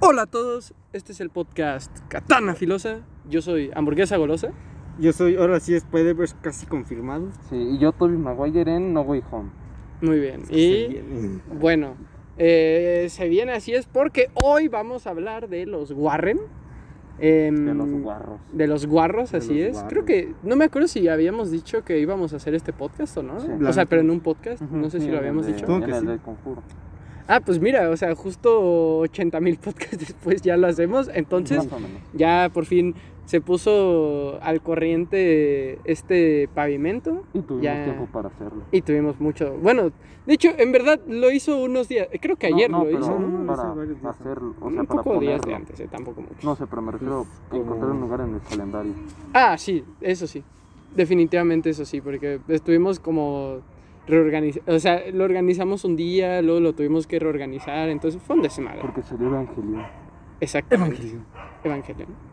Hola a todos, este es el podcast Katana Filosa. Yo soy Hamburguesa Golosa. Yo soy, ahora sí, Spider-Verse casi confirmado. Sí, y yo Toby Maguire en No Way Home. Muy bien. Se Y viene. bueno, eh, se viene así es porque hoy vamos a hablar de los Warren. Em, De los guarros. de los guarros, De así los es. guarros. Creo que, no me acuerdo si habíamos dicho que íbamos a hacer este podcast o no. Sí. O sea, Blancos. pero en un podcast, no sé Sí, si lo habíamos de- dicho. Supongo que en el sí. del conjuro. Ah, pues mira, o sea, justo 80 mil podcasts después ya lo hacemos. Entonces, Más o menos. ya por fin se puso al corriente este pavimento Y tuvimos ya- tiempo para hacerlo. y tuvimos mucho. Bueno, de hecho, en verdad lo hizo unos días, creo que ayer no, no, lo pero hizo. No, no, hace para varios días. hacerlo, o sea, Un para poco días Pues, de ponerlo. antes, eh, tampoco mucho. No sé, pero me refiero a encontrar un lugar en el calendario. Ah, sí, eso sí. Definitivamente eso sí, porque estuvimos como reorganizando, o sea, lo organizamos un día, luego lo tuvimos que reorganizar, entonces fue un desmadre. Porque salió Evangelio. Exacto. Evangelion.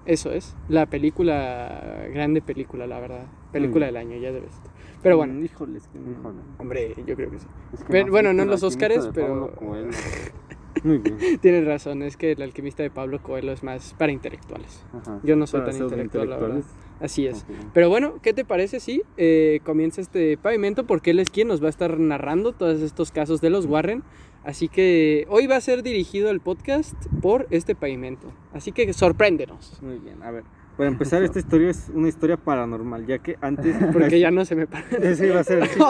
Eso es. La película, grande película, la verdad. Película Mm. del año, ya debes. Pero bueno, Mm, Híjoles, que no. Híjole. hombre, yo creo que sí. Es que Pero, más bueno, no viste en la los química Óscares, de pero- Pablo Coelho. Muy bien. Tienes razón, es que el alquimista de Pablo Coelho es más para intelectuales. Ajá. Yo no soy Para tan ser intelectual, la verdad. intelectuales. Así es. Ok. Pero bueno, ¿qué te parece si eh, comienza este pavimento? Porque él es quien nos va a estar narrando todos estos casos de los Warren. Así que hoy va a ser dirigido el podcast por este pavimento. Así que sorpréndenos. Muy bien, a ver. Para empezar, esta historia es una historia paranormal, ya que antes. Porque ya no se me para. Ese iba a ser el chiste.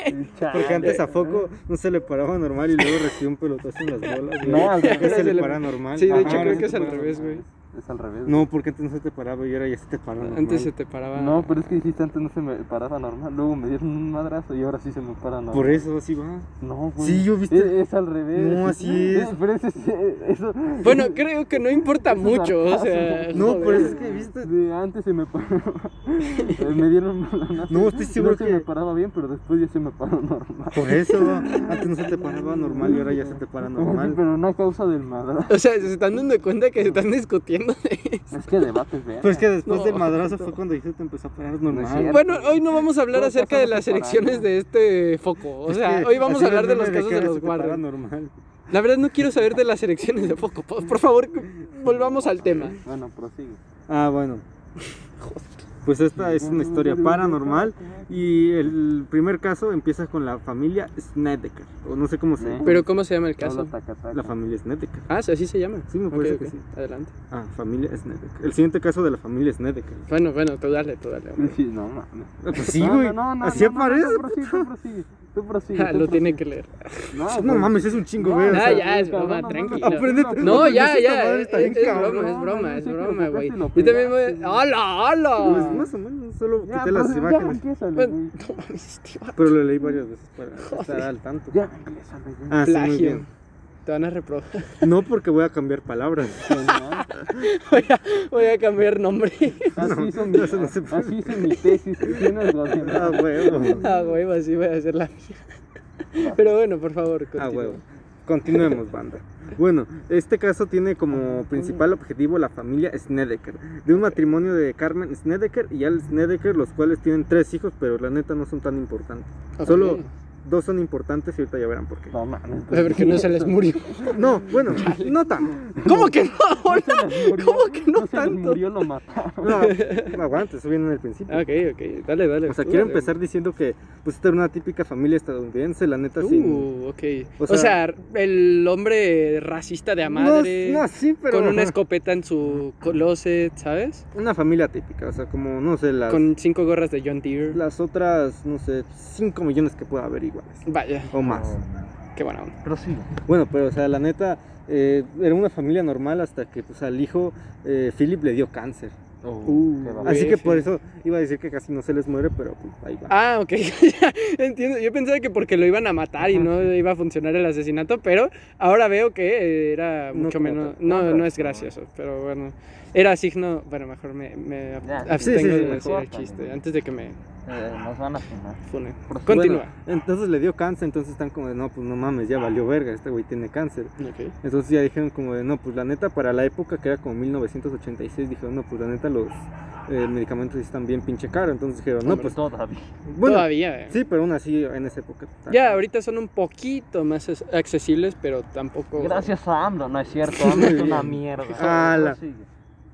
Porque Chale. antes a Foco no se le paraba normal y luego recibió un pelotazo en las bolas. güey. No, al Ahora revés, se se le- le para normal. Sí, de hecho, Ajá, creo ahora que es se al para revés, güey. Es al revés. normal. No, porque antes no se te paraba y ahora ya se te para normal. Antes se te paraba. No, pero es que dijiste antes no se me paraba normal, luego me dieron un madrazo y ahora sí se me para normal. Por eso, así va. No, güey. Sí, yo viste- Es, es al revés. No, así es. Eh, Pero ese sí, eh, eso... Bueno, creo que no importa eso es mucho, o sarcasmo. sea. No, joder. por eso es que viste. De antes se me paraba. Eh, me dieron un No, estoy seguro se que- me paraba bien, pero después ya se me paró normal. Por eso, va. antes no se te paraba normal y ahora ya se te para Sí, normal. pero una causa del madrazo. O sea, se están dando cuenta que se están discutiendo. Es que debates, ¿verdad? Pero Pues es que después No. del madrazo fue cuando dijiste te empezó a parar normal. cierto. Bueno, hoy no vamos a hablar Todo acerca pasa de en la las temporada. elecciones de este foco. O Es sea, que hoy vamos así a hablar de era los el meme casos de que ahora los se te para guardias. normal. La verdad no quiero saber de las elecciones de foco. Por por favor, volvamos al tema. Bueno, prosigue. Ah, bueno. Pues esta es una historia paranormal y el primer caso empieza con la familia Snedeker, o no sé cómo se llama. Pero ¿cómo se llama el Habla caso? tacataca. La familia Snedeker. Ah, sí, así se llama. Sí, me Ok, parece ok, que sí. Adelante. Ah, familia Snedeker. El siguiente caso de la familia Snedeker. Bueno, bueno, tú dale, tú dale. hombre. Sí, no mames. Ah, Pues sí, güey. Así aparece. Tú prosigue, tú prosigue. Tú prosigue. Ah, tú Lo tiene prosigue. que leer. No, pues, No güey. mames, es un chingo, güey. o Ah, sea, ya, es cabrón, broma, no tranquilo. mames. Apréndete- No, ya, Esta ya. madre Es, está bien es cabrón. broma, es broma, es No, no, broma, yo sé que güey. lo Yo también voy. pegaste, güey. ¡Hala, hala! Pues más o menos, solo Ya, quité las pues, ya imágenes. empiézale, Bueno, güey. no mames, este vato. Pero lo leí varias veces para estar al tanto. Ya, empiézale, ya. Ah, sí, muy Plagio. bien. Te van a reprobar. No porque voy a cambiar palabras. Voy a cambiar nombre. Así, No, hizo mi, eso no se puede. así hizo mi tesis. ¿Quién las Ah, demás? huevo. Ah, huevo, así voy a hacer la mía. Pero bueno, por favor, Ah, continúa. huevo. Continuemos, banda. Bueno, este caso tiene como principal objetivo la familia Snedeker, de un matrimonio de Carmen Snedeker y Al Snedeker, los cuales tienen tres hijos, pero la neta no son tan importantes. Ok. Solo dos son importantes y ahorita ya verán por qué. No mames. pues, A ver, que no se les murió. No, bueno, no tan. ¿Cómo que no? No se les murió, ¿Cómo que no se les tanto? murió, lo mataron. No, no aguanta, eso viene en el principio. Ok, ok, dale, dale. O sea, tú quiero dale. empezar diciendo que pues esta era una típica familia estadounidense, la neta sin Uh, ok. O O sea, sea- el hombre racista de a madre. No, no, sí, pero Con una escopeta en su closet, ¿sabes? una familia típica, o sea, como no sé, las Con cinco gorras de John Deere. las otras, no sé, 5 millones que pueda haber iguales. Vaya, O más. qué buena onda. Prosigue. Bueno, pero o sea, la neta, eh, era una familia normal hasta que pues al hijo eh, Philip le dio cáncer. Uh, Oh, qué va. Güey, Así que por sí. eso iba a decir que casi no se les muere, pero pues ahí va. Ah, ok, ya entiendo. Yo pensaba que porque lo iban a matar y no iba a funcionar el asesinato, pero ahora veo que eh, era No mucho como menos. tal. No, Ajá. no es gracioso, pero bueno. Era signo. Bueno, mejor me, me ab- Ya, sí, abstengo sí, de sí, decir mejor el chiste también. antes de que me Eh, nos van a funar. Funen. Por su- Continúa. Bueno, entonces le dio cáncer, entonces están como de, no, pues no mames, ya valió verga, este güey tiene cáncer. Ok. Entonces ya dijeron como de, no, pues la neta, para la época que era como 1986, dijeron, no, pues la neta, los eh, medicamentos están bien pinche caros. Entonces dijeron, no, pues... Pues todavía. Bueno, Todavía. eh. sí, pero aún así en esa época... está- Ya, ahorita son un poquito más es- accesibles, pero Oh. tampoco. Gracias a AMLO, no es cierto. AMLO es una mierda. Ala. Pues sigue.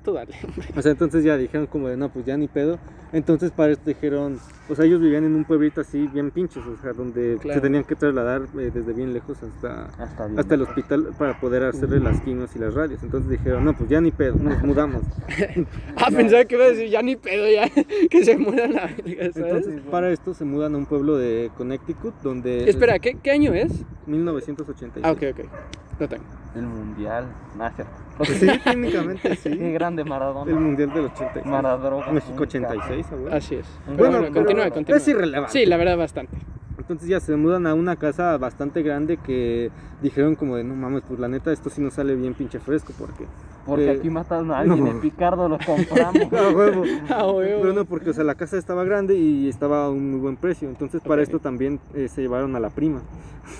Tú dale. O sea, entonces ya dijeron como de, no, pues ya ni pedo. Entonces para esto dijeron, o sea, ellos vivían en un pueblito así bien pinches, o sea, donde Claro. se tenían que trasladar eh, desde bien lejos hasta, Hasta bien. hasta el hospital para poder hacerle las quimios y las radios. Entonces dijeron, no, pues ya ni pedo, nos mudamos. Ah, pensaba que iba a decir ya ni pedo, ya. Que se muera la verga, ¿sabes? Entonces para esto se mudan a un pueblo de Connecticut donde... Espera, ¿qué, qué año es? 1986. Ah, ok, ok. No tengo. El mundial. No es cierto. Pues sí, técnicamente Qué sí. grande El Maradona. Mundial del 86. Maradona. México 86, ah, güey. Así es. Pero Bueno, Bueno, pero continúa, continúa. Es irrelevante. Sí, la verdad, bastante. Entonces ya se mudan a una casa bastante grande que dijeron como de no mames, pues la neta esto sí nos sale bien pinche fresco porque... Porque Eh, aquí matan a alguien. no. En Picardo lo compramos. Ah, huevo. Ah, huevo. Pero no, porque o sea, la casa estaba grande y estaba a un muy buen precio. Entonces para Ok. esto también eh, se llevaron a la prima.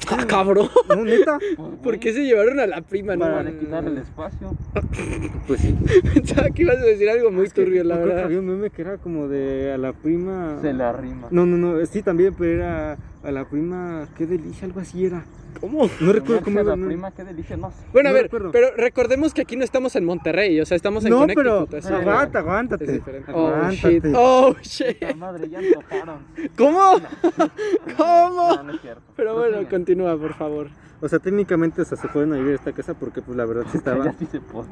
Ah, cabrón. ¿No, neta? ¿Por qué se llevaron a la prima? No, Para mames. quitar el espacio. Pues sí. Pensaba que ibas a decir algo muy Es que turbio, la me acuerdo que verdad. Había un meme que era como de a la prima... Se le arrima. No, no, no, sí también, pero era a la prima... ¿Qué delicia? Algo así era. ¿Cómo? No recuerdo Tomarse cómo a era. la no. prima, qué delicia. No sé. Bueno, a No ver, recuerdo. pero recordemos que aquí no estamos en Monterrey, o sea, estamos en No, pero Connecticut. así que aguanta, Es aguántate. diferente. Oh, shit. Aguántate. Oh, shit. Puta madre, ya antojaron. ¿Cómo? ¿Cómo? No, no es cierto. Pero bueno, Prosigue. continúa, por favor. O sea, técnicamente o sea, se fueron a vivir a esta casa porque pues la verdad sí Ya estaba... sí se podía.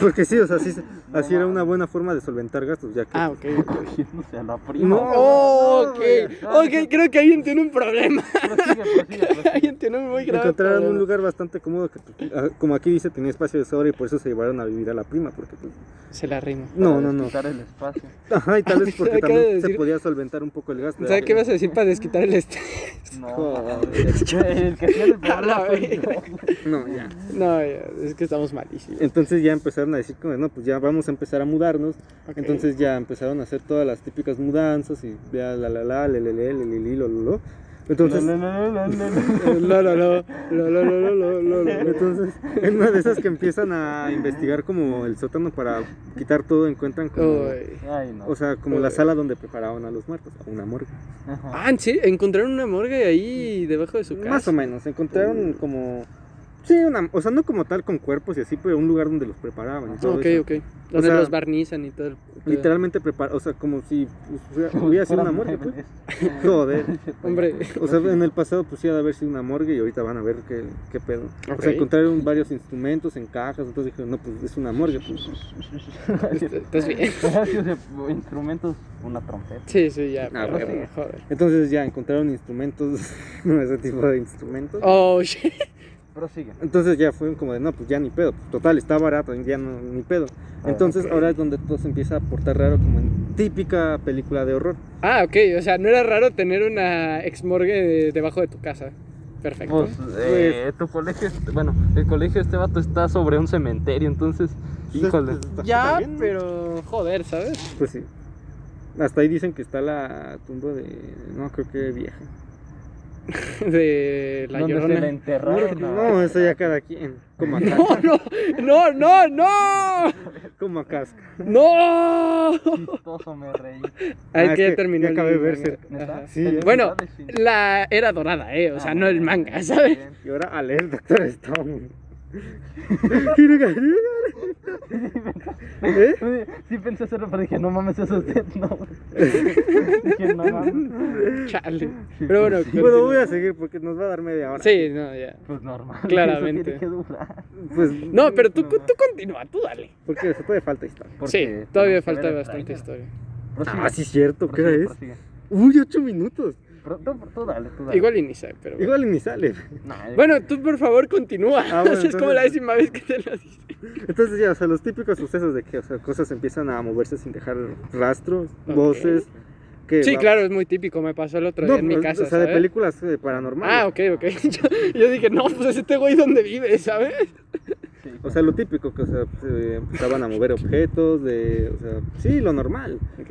Porque sí, o sea, sí, se- No así era mames. una buena forma de solventar gastos, ya que... Ah, ok. Cogiéndose a la prima. No. Oh, no, ok. no, Ok, no. creo que alguien tiene un problema. Prosigue, prosigue, prosigue. Alguien tiene un muy grave Encontraron un problema. lugar bastante cómodo que, pues, ah, como aquí dice, tenía espacio de sobra y por eso se llevaron a vivir a la prima, porque pues, Se la rima. No, Para no, no. desquitar el espacio. Ajá, y tal vez porque Acaba de también se decir- podía solventar un poco el gasto. ¿Sabes ya qué que- vas a decir para desquitar el este? No. Joder. El que tiene el A la problema soy verga. yo. No, ya. No, ya, es que estamos malísimos. Entonces ya empezaron a decir, como, no, pues ya vamos a empezar a mudarnos. Ok. Entonces ya empezaron a hacer todas las típicas mudanzas y ya la la la, le le le, le, le, li, lo, lo, lo. Entonces, No, no, no, no, no, no. Lo, lo, lo, lo, lo, lo, lo, lo, lo, lo. entonces, en una de esas que empiezan a investigar como el sótano para quitar todo, encuentran como, Uy. Ay, no. o sea, como la sala donde preparaban a los muertos, o una morgue. Ajá. Ah, ¿en serio? ¿Encontraron una morgue ahí debajo de su casa? Más o menos, encontraron como... Sí, una, o sea, no como tal con cuerpos y así, pero un lugar donde los preparaban. y todo Ok, eso. ok. Donde sea, los barnizan y todo. el- Literalmente preparaban, o sea, como si pues, hubiera- hubiera sido una morgue. pues. Joder. Hombre. O sea, en el pasado pues sí ha de haber sido una morgue y ahorita van a ver qué, qué pedo. O Ok. sea, encontraron varios instrumentos en cajas, entonces dijeron, no, pues es una morgue. Pues. ¿Estás bien? Gracias de Instrumentos, una trompeta. Sí, sí, ya. Ah, pero- bueno. joder. Entonces ya encontraron instrumentos, ese tipo de instrumentos. Oh, shit. Prosigue. Entonces ya fueron como de, no, pues ya ni pedo. pues, total, está barato, ya no, ni pedo. Ah, Entonces ok. ahora es donde todo se empieza a portar raro, como en típica película de horror. Ah, ok. O sea, no era raro tener una ex morgue de- debajo de tu casa. Perfecto. Pues, eh, tu colegio, bueno, el colegio de este vato está sobre un cementerio, entonces, híjole. Ya, También, ¿no? pero joder, ¿sabes? Pues sí. Hasta ahí dicen que está la tumba de, no, creo que vieja. De la Donde se la llorona. No, enterraron. no, eso ya cada quien. Como a No, casca. no, no, no, no, Como a casca. no. Chistoso, me reí. Hay Ah, es que, que terminar. ya acabé el de ver manga. cerca. Ajá. ¿Neta? Sí, ¿eh? Bueno, Felicidades, sí. La era dorada, ¿eh? O sea, no el Ah, manga, ¿sabes? Ah, Bien. Y ahora a leer Doctor Stone. ¿Eh? Sí, sí pensé hacerlo, pero dije, no mames, eso es Death Note. dije, no mames. Chale. Pero bueno, Sí, Bueno, continúa. voy a seguir porque nos va a dar media hora. Sí, no, ya. Pues normal. Claramente. Eso tiene que durar. Pues, No, pero tú, tú continúa, tú dale. Porque eso todavía falta historia. Sí, Porque todavía tenemos que falta ver el bastante tráiler. historia. Prosigue, Ah, sí, cierto, ¿qué hora prosigue, es? prosigue. Uy, ocho minutos. Pro- no, pero tú dale, tú dale. Igual inicia, pero. bueno. Igual y ni sale. Nah, yo- Bueno, tú por favor continúa. Ah, bueno, es como la entonces- décima vez que te lo dices. Entonces ya, o sea, los típicos sucesos de que, o sea, cosas empiezan a moverse sin dejar rastros, Ok. voces. Que Sí, va- claro, es muy típico. Me pasó el otro No, día en mi pues, casa. o sea, de ¿sabes? películas eh, paranormales. Ah, ok, ok. Yo, yo dije, no, pues es este güey donde vive, ¿sabes? sí, O sea, lo típico, que o sea, se empezaban a mover objetos, de, o sea, sí, lo normal. Ok.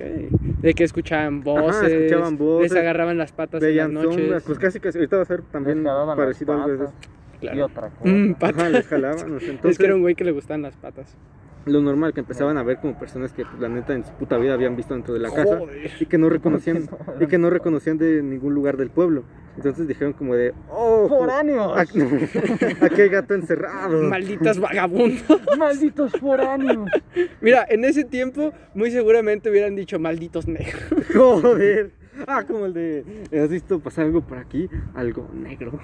De que escuchaban voces, escuchaban voces, les agarraban las patas en las Veían noches. sombras, pues casi casi, ahorita va a ser también Les jalaban las parecido a algo de eso. patas Claro. Y otra cosa. Mm, patas. Ajá, les jalaban, o sea, Es entonces, que era un güey que le gustaban las patas. lo normal, que empezaban a ver como personas que pues, la neta en su puta vida habían visto dentro de la casa. Joder. y que no reconocían y que no reconocían de ningún lugar del pueblo. Entonces dijeron como de, "Oh, ¡Foráneos! aquí hay gato encerrado." Malditas vagabundos. ¡Malditos foráneos! Mira, en ese tiempo muy seguramente hubieran dicho malditos negros. Joder. Ah, como el de, ¿has visto pasar algo por aquí? Algo negro.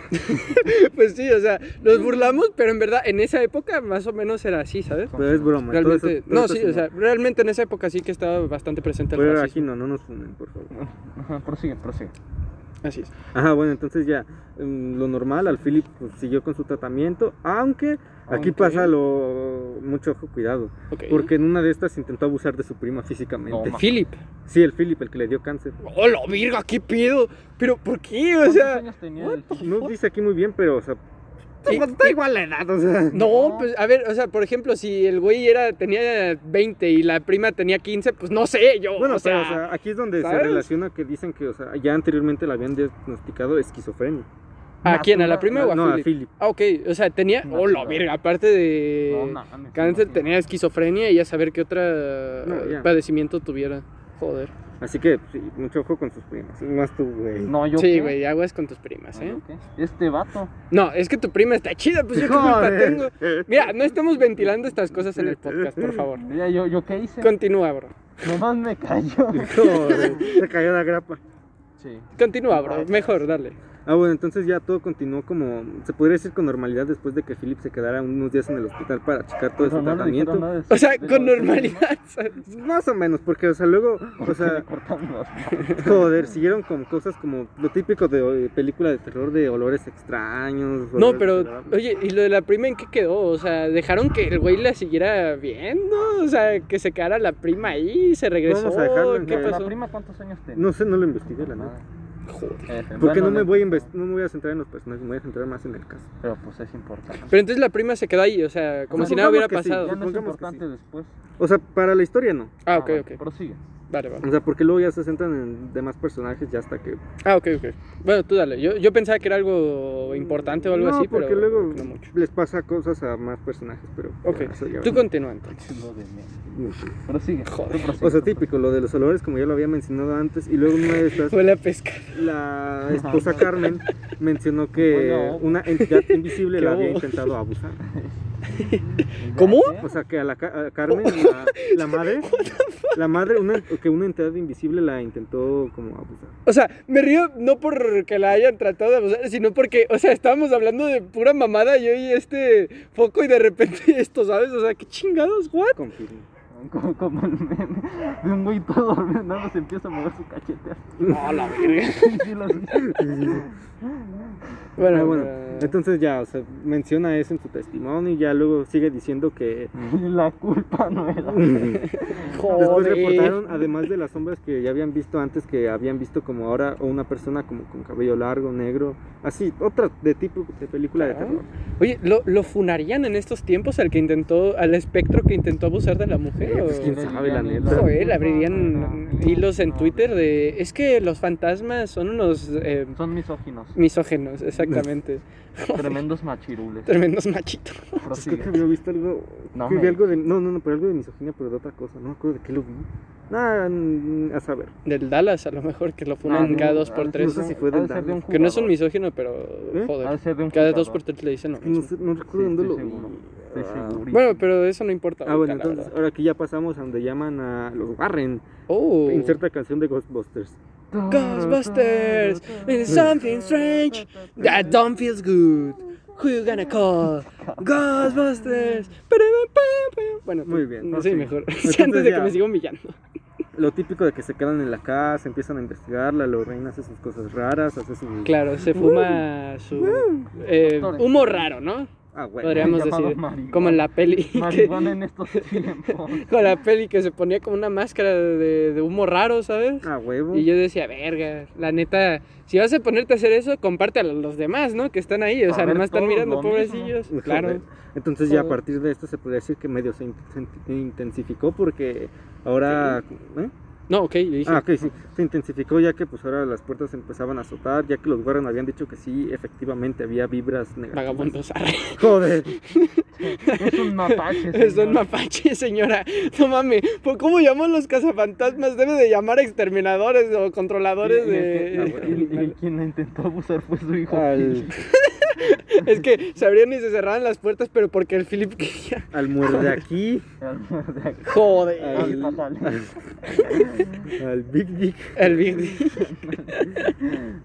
Pues sí, o sea, los burlamos, pero en verdad en esa época más o menos era así, ¿sabes? Pero es broma. todo eso- Realmente, todo no, eso sí, es o sea, broma. realmente en esa época sí que estaba bastante presente el Pero aquí racismo. no, no nos funen, por favor. Ajá, prosigue, prosigue. Así es. Ajá, bueno, entonces ya, mm, lo normal, al Philip pues, siguió con su tratamiento, aunque aquí Aunque. pasa lo mucho ojo, cuidado, Ok. porque en una de estas intentó abusar de su prima físicamente. No, Philip. sí, el Philip, el que le dio cáncer. ¡Oh, la virga! ¿Qué pido? ¿Pero por qué? O ¿Cuántos sea... años tenía what el- the No fuck? dice aquí muy bien, pero, o sea, Sí. está igual la edad, o sea. No, No. pues a ver, o sea, por ejemplo, si el güey era, tenía 20 y la prima tenía 15, pues no sé, yo, Bueno, o sea, pero, o sea, aquí es donde ¿sabes? se relaciona que dicen que, o sea, ya anteriormente le habían diagnosticado esquizofrenia. ¿a quién? ¿A la prima o a no, a Philip? Philip. Ah, ok, o sea, tenía, Una oh, la chingada. verga, aparte de No, mames, cáncer, imagínate. tenía esquizofrenia y ya saber qué otra No, ya. padecimiento tuviera, joder. Así que, sí, mucho ojo con sus primas. Más tú, güey. No, yo. Sí, qué? güey, aguas con tus No, Ah, primas, ¿eh? yo qué. Este vato. No, es que tu prima está chida, pues yo qué culpa Joder. tengo. Mira, no estamos ventilando estas cosas en el podcast, por favor. Mira, yo, yo qué hice. Continúa, bro. Nomás me cayó. Joder, se cayó la grapa. Sí. Continúa, bro, mejor, dale. Ah, bueno, entonces ya todo continuó como, se podría decir con normalidad después de que Philip se quedara unos días en el hospital para checar todo Pero su no le dijeron tratamiento. nada de su- O sea, de con lo- normalidad, ¿sabes? Más o menos, porque, o sea, luego, o Porque le sea, cortaron las manos. joder, siguieron con cosas como lo típico de eh, película de terror de olores extraños. No, olores pero, desagradables. oye, ¿y lo de la prima en qué quedó? O sea, ¿dejaron que el güey la siguiera viendo? O sea, que se quedara la prima ahí, se regresó. Vamos a dejarlo en ¿Qué que- pasó? ¿La prima cuántos años tenía? No sé, no lo investigué, la neta. Joder. F, Porque no bueno, me voy a inves- no me voy a centrar en los personajes, me voy a centrar más en el caso. Pero pues es importante. Pero entonces la prima se quedó ahí, o sea, como Ajá. si nada hubiera Supongamos que sí, pasado. Ya no es Supongamos que importante después. O sea, para la historia no. Ah, ok, vale, ok. Prosigue. Vale, vale. O sea, porque luego ya se centran en demás personajes ya hasta que. Ah, ok, ok. Bueno, tú dale. Yo, yo pensaba que era algo importante o algo no, así, porque pero luego no mucho. les pasa cosas a más personajes, pero. Ok. ya, eso ya Tú va. continúa entonces. Lo de menos. Prosigue. Joder. Tú prosigue, O sea, tú típico, lo de los olores, como ya lo había mencionado antes, y luego una de estas, Huele a pesca. la esposa Carmen mencionó que Bueno. una entidad invisible Qué la había bobo. intentado abusar. prosigue. ¿Cómo? Ya, O sea, que a la ca- a Carmen, la, la madre, la madre, una, que una entidad invisible la intentó como abusar. O sea, me río no porque la hayan tratado de abusar, sino porque, o sea, estábamos hablando de pura mamada yo y este foco y de repente esto, ¿sabes? O sea, qué chingados, what? Confirmo. Como, como el meme de un güey todo dormido, nada más empieza a mover su cachete. No, la verga. Sí, lo vi. Bueno, Ah, bueno. bueno, entonces ya, o sea, menciona eso en su testimonio y ya luego sigue diciendo que Y la culpa no era. después Joder. reportaron, además de las sombras que ya habían visto antes, que habían visto como ahora o una persona como con cabello largo, negro, así, otra de tipo de película de terror. Oye, ¿lo, lo funarían en estos tiempos al que intentó, al espectro que intentó abusar de la mujer? Eh, o- pues, ¿quién sabe, la neta? Joder, le abrirían hilos en Twitter de. Es que los fantasmas son unos eh, Son misóginos, misógenos, exactamente. tremendos machirules. Tremendos machitos. Creo que Prosigue. había visto algo, No, que vi me- algo de, no, no, no, pero algo de misoginia, pero de otra cosa, no me acuerdo de qué lo vi. Nada, mm, a saber. Del Dallas, a lo mejor, que lo funan No, cada no, dos por no, tres. no ha sé de si fue del ser de un Dallas. Que no es un jugador. misógino, pero. ¿Eh? Ha de Joder. ser de un Cada dos por jugador. tres le dicen lo Que No, mismo. sé- no recuerdo dónde Sí, lo estoy vi. seguro, estoy Ah. segurísimo. Bueno, pero eso no importa. Ah, bueno, ahorita, la entonces verdad. ahora que ya pasamos a donde llaman a los Warren, Oh. inserta canción de Ghostbusters. Ghostbusters, it's something strange that don't feels good. Who you gonna call? Ghostbusters. Bueno, Muy bien, No ok. sé, mejor. Entonces Antes de que ya. me siga humillando. Lo típico de que se quedan en la casa, empiezan a investigarla, la reina hace sus cosas raras, hace sus... Claro, se fuma su eh, Doctor. humo raro, ¿no? Ah, güey. Podríamos llamado decir, marihuana. como en la peli. que- Marihuana en estos tiempos. con la peli que se ponía como una máscara de, de humo raro, ¿sabes? Ah, huevo. Y yo decía, verga, la neta, si vas a ponerte a hacer eso, comparte a los demás, ¿no? Que están ahí, o A sea, ver, nomás están todos mirando, lo mismo. pobrecillos. Joder. Claro. Entonces ya a Oh. Joder. partir de esto se podría decir que medio se in- se in- intensificó porque ahora... ¿eh? No, ok, yo dije, Ah, ok, sí. Se intensificó ya que pues ahora las puertas se empezaban a azotar, ya que los guardias habían dicho que sí, efectivamente había vibras negativas. vagabundos. Joder. Es un mapache. Son señor. mapaches, señora. No mames, ¿por cómo llaman los cazafantasmas? Debe de llamar exterminadores o controladores Y- y el de... que- y- y- y quien la intentó abusar fue su hijo. Al, es que se abrían y se cerraban las puertas, pero porque el Philip quería... al muerde aquí, Al- de aquí. Joder. Al- Al patal. al Big Dick, El Big-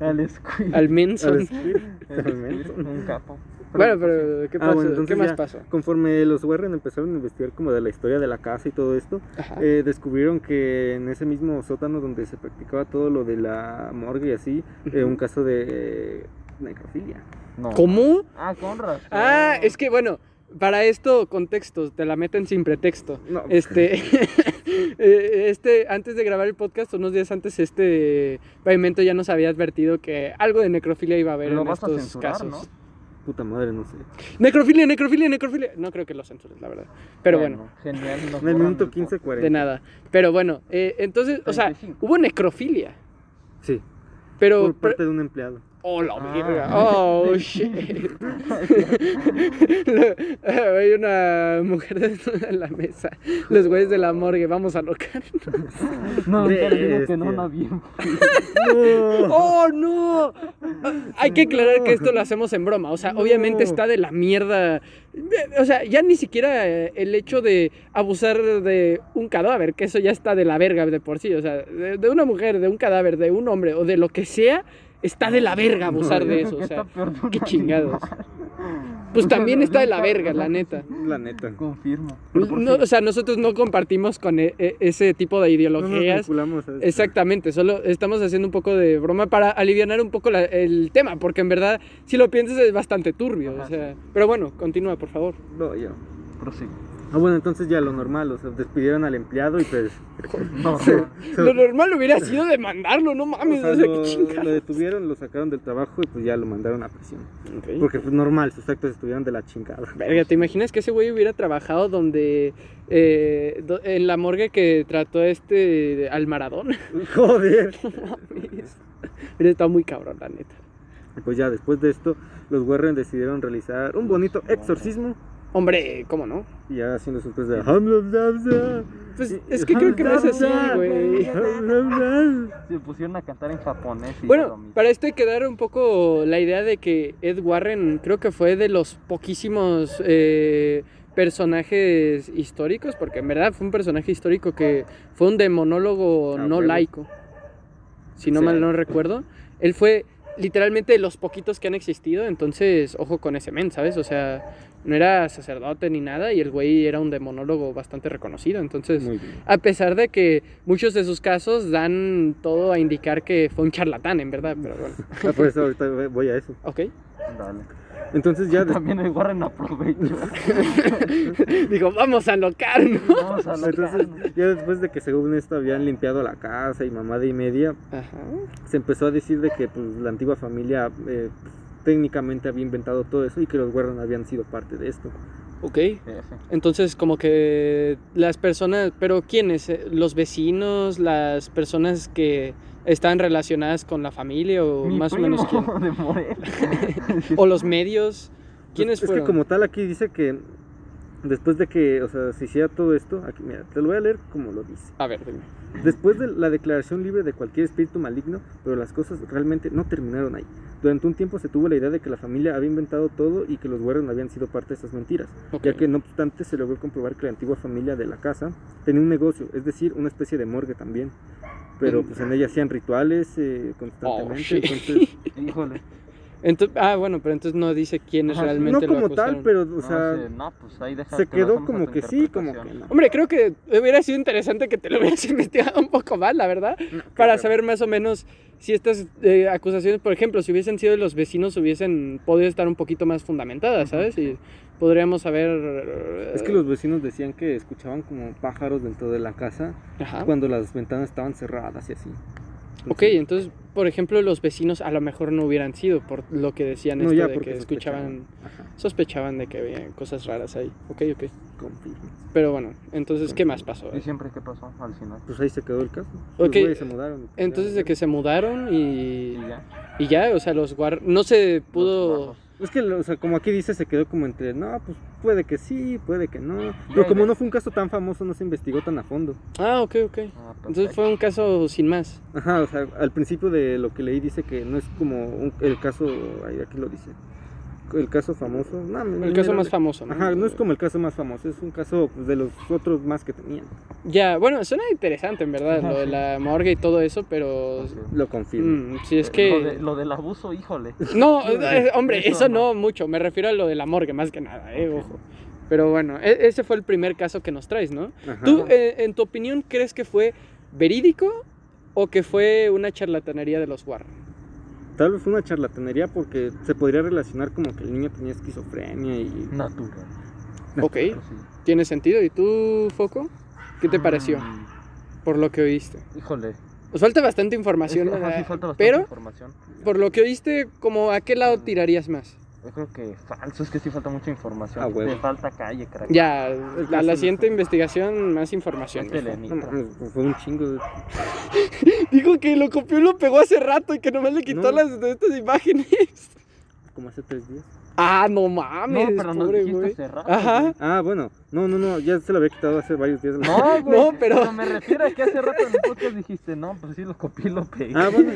Al escuí. al al Minson. Squirt, al al Manson. escuí, Un capo. Bueno, pero ¿qué, Ah, pasó? bueno, entonces ¿Qué más ya. pasó? Conforme los Warren empezaron a investigar como de la historia de la casa y todo esto, Ajá. eh, descubrieron que en ese mismo sótano donde se practicaba todo lo de la morgue y así, eh, un caso de eh, necrofilia. No. ¿Cómo? Ah, con razón. Ah, es que bueno, para esto contextos, te la meten sin pretexto. No. Este, eh, este, antes de grabar el podcast, unos días antes, este pavimento ya nos había advertido que algo de necrofilia iba a haber Lo en vas a estos censurar, casos. ¿no? Puta madre, no sé. Necrofilia, necrofilia, necrofilia. No creo que lo censures, la verdad. Pero bueno, Genial. nos En el borran minuto podcast. 15.40. de nada. Pero bueno, eh, entonces, o sea, 35. hubo necrofilia. Sí, Pero, por parte de un empleado. Oh, la Ah. verga. Oh, shit. Lo- ah, Hay una mujer desnuda en la mesa. Los güeyes de la morgue, vamos a locar. No, ya le digo este, que no, Bestia. no bien. ¡No! ¡Oh, no! Ah, Hay que aclarar que esto lo hacemos en broma. O sea, obviamente No. está de la mierda. Ve- O sea, ya ni siquiera eh, el hecho de abusar de un cadáver, que eso ya está de la verga de por sí. O sea, de, de una mujer, de un cadáver, de un hombre o de lo que sea, está de la verga abusar No, de Yo eso. creo que O sea, está peor de un qué chingados. animal. Pues O sea, también está de la neta, verga, o sea, la neta. La neta. Confirmo. No, o sea, nosotros no compartimos con e- e- ese tipo de No nos ideologías. vinculamos a esto. Exactamente, solo estamos haciendo un poco de broma para aliviar un poco la- el tema, porque en verdad, si lo piensas, es bastante turbio. Ajá, o sea, Pero bueno, continúa, por favor. No, yo. Prosigue. Ah, bueno, entonces ya lo normal, o sea, despidieron al empleado y pues... No, Lo normal hubiera sido demandarlo, no o mames, sea, o sea, qué lo, chingada. lo detuvieron, lo sacaron del trabajo y pues ya lo mandaron a prisión. Ok. Porque pues normal, sus actos estuvieron de la chingada. Verga, ¿te imaginas que ese güey hubiera trabajado donde. eh, do- en la morgue que trató este. al Maradona? Joder. Hubiera estado muy cabrón, la neta. Y Pues ya después de esto, los Warren decidieron realizar un bonito exorcismo Hombre, ¿cómo no? y ya haciendo sus cosas de... "Hamlabdabza, Pues es que creo que no es así, güey. hamlabdabza". Se pusieron a cantar en japonés y era lo Bueno, mismo. para esto hay que dar un poco la idea de que Ed Warren creo que fue de los poquísimos eh, personajes históricos, porque en verdad fue un personaje histórico que fue un demonólogo Ah, no huevo. laico, si no Sí. mal no recuerdo. Él fue literalmente de los poquitos que han existido, entonces ojo con ese men, ¿sabes? O sea, no era sacerdote ni nada y el güey era un demonólogo bastante reconocido, entonces... Muy bien. A pesar de que muchos de sus casos dan todo a indicar que fue un charlatán, en verdad, pero bueno. Ah, por eso ahorita voy a eso. Ok. Dale. Entonces ya... des- También el Warren aprovechó. Digo, vamos a locarnos. Vamos a Entonces, locarnos. ya después de que según esto habían limpiado la casa y mamada y media, Ajá. se empezó a decir de que pues, la antigua familia eh, pues, técnicamente había inventado todo eso y que los Warren habían sido parte de esto. Ok. F. Entonces, como que las personas, pero ¿quiénes? Eh, ¿Los vecinos? ¿Las personas que están relacionadas con la familia? ¿O Mi más primo o menos quién? de Morelia. ¿O los medios? ¿Quiénes Pues, es fueron? que como tal aquí dice que después de que o sea, se hiciera todo esto, aquí mira, te lo voy a leer como lo dice. A ver, dime. Después de la declaración libre de cualquier espíritu maligno, pero las cosas realmente no terminaron ahí. Durante un tiempo se tuvo la idea de que la familia había inventado todo y que los Warren habían sido parte de esas mentiras. Ok. ya que no obstante se logró comprobar que la antigua familia de la casa tenía un negocio, es decir, una especie de morgue también. Pero pues en ella hacían rituales eh, Oh, constantemente. Pues, shit. entonces, Híjole. Ento- ah, bueno, pero entonces no dice quiénes Ajá, sí. realmente no lo como tal, acusaron. pero, o No, sea, sí, no, pues ahí deja- se te lo quedó dejamos a como tu que sí, como que interpretación. no. Hombre, creo que hubiera sido interesante que te lo hubieras investigado un poco más, la verdad, Mm, para saber más o menos si estas eh, acusaciones, por ejemplo, si hubiesen sido de los vecinos, hubiesen podido estar un poquito más fundamentadas, Ujú. ¿sabes? Y podríamos saber... Es que los vecinos decían que escuchaban como pájaros dentro de la casa eh, Ajá. cuando las ventanas estaban cerradas y así. Ah. Ok, entonces, por ejemplo, los vecinos a lo mejor no hubieran sido, por lo que decían No, esto ya, de porque que escuchaban, Ajá, sospechaban de que había cosas raras ahí. Ok, ok. confirmo. Pero bueno, entonces, ¿qué más pasó? ¿Y siempre qué pasó al final? Pues ahí se quedó el caso. Los Ok, güeyes se mudaron. Entonces, de que se mudaron Y y, ya. y ya, o sea, los guar... No se los pudo... guarros. Es que, o sea, como aquí dice, se quedó como entre, no, pues puede que sí, puede que no. ya. Pero como no fue un caso tan famoso, no se investigó tan a fondo. Ah, ok, ok. Ah, perfecto. Entonces fue un caso sin más. Ajá, o sea, al principio de lo que leí dice que no es como un- el caso, ahí aquí lo dice, el caso famoso. No, El caso más famoso, ¿no? Ajá, no es como el caso más famoso, es un caso pues, de los otros más que tenían. Ya, bueno, suena interesante, en verdad, Ajá, lo de sí. la morgue y todo eso, pero... Sí. Lo confirmo. mm, si es eh, Lo, de- que... lo del abuso, híjole. No, No, eh, hombre, eso eso no no. mucho. Me refiero a lo de la morgue, más que nada, eh, Ok. ojo. Pero bueno, e- ese fue el primer caso que nos traes, ¿no? Mm, Ajá. ¿Tú, eh, en tu opinión, crees que fue verídico o que fue una charlatanería de los Warren? Tal vez fue una charlatanería porque se podría relacionar como que el niño tenía esquizofrenia y... Natural. Ok, pero sí. tiene sentido. ¿Y tú, Foco? ¿Qué te pareció Mm, por lo que oíste? Híjole. Nos falta bastante información, Es- ajá, sí eh, falta bastante pero información. por lo que oíste, ¿como a qué lado Mm. tirarías más? Yo creo que falso, es que sí falta mucha información. Ah, huevo. Le falta calle, crack. Ya, que a sí la me siguiente fue. investigación, más información. Métele. mijo. No mames, pues, fue un chingo de... Dijo que lo copió y lo pegó hace rato y que nomás le quitó No. las de estas imágenes. como hace tres días. Ah, no No, mames, pero nos pobre dijiste güey. hace rato, Ajá. güey. Ah, bueno, no, no, no, ya se lo había quitado hace varios días. No, güey. No, pero- me refiero a que hace rato en el podcast dijiste, no, pues sí lo copié y lo pegué. Ah, bueno.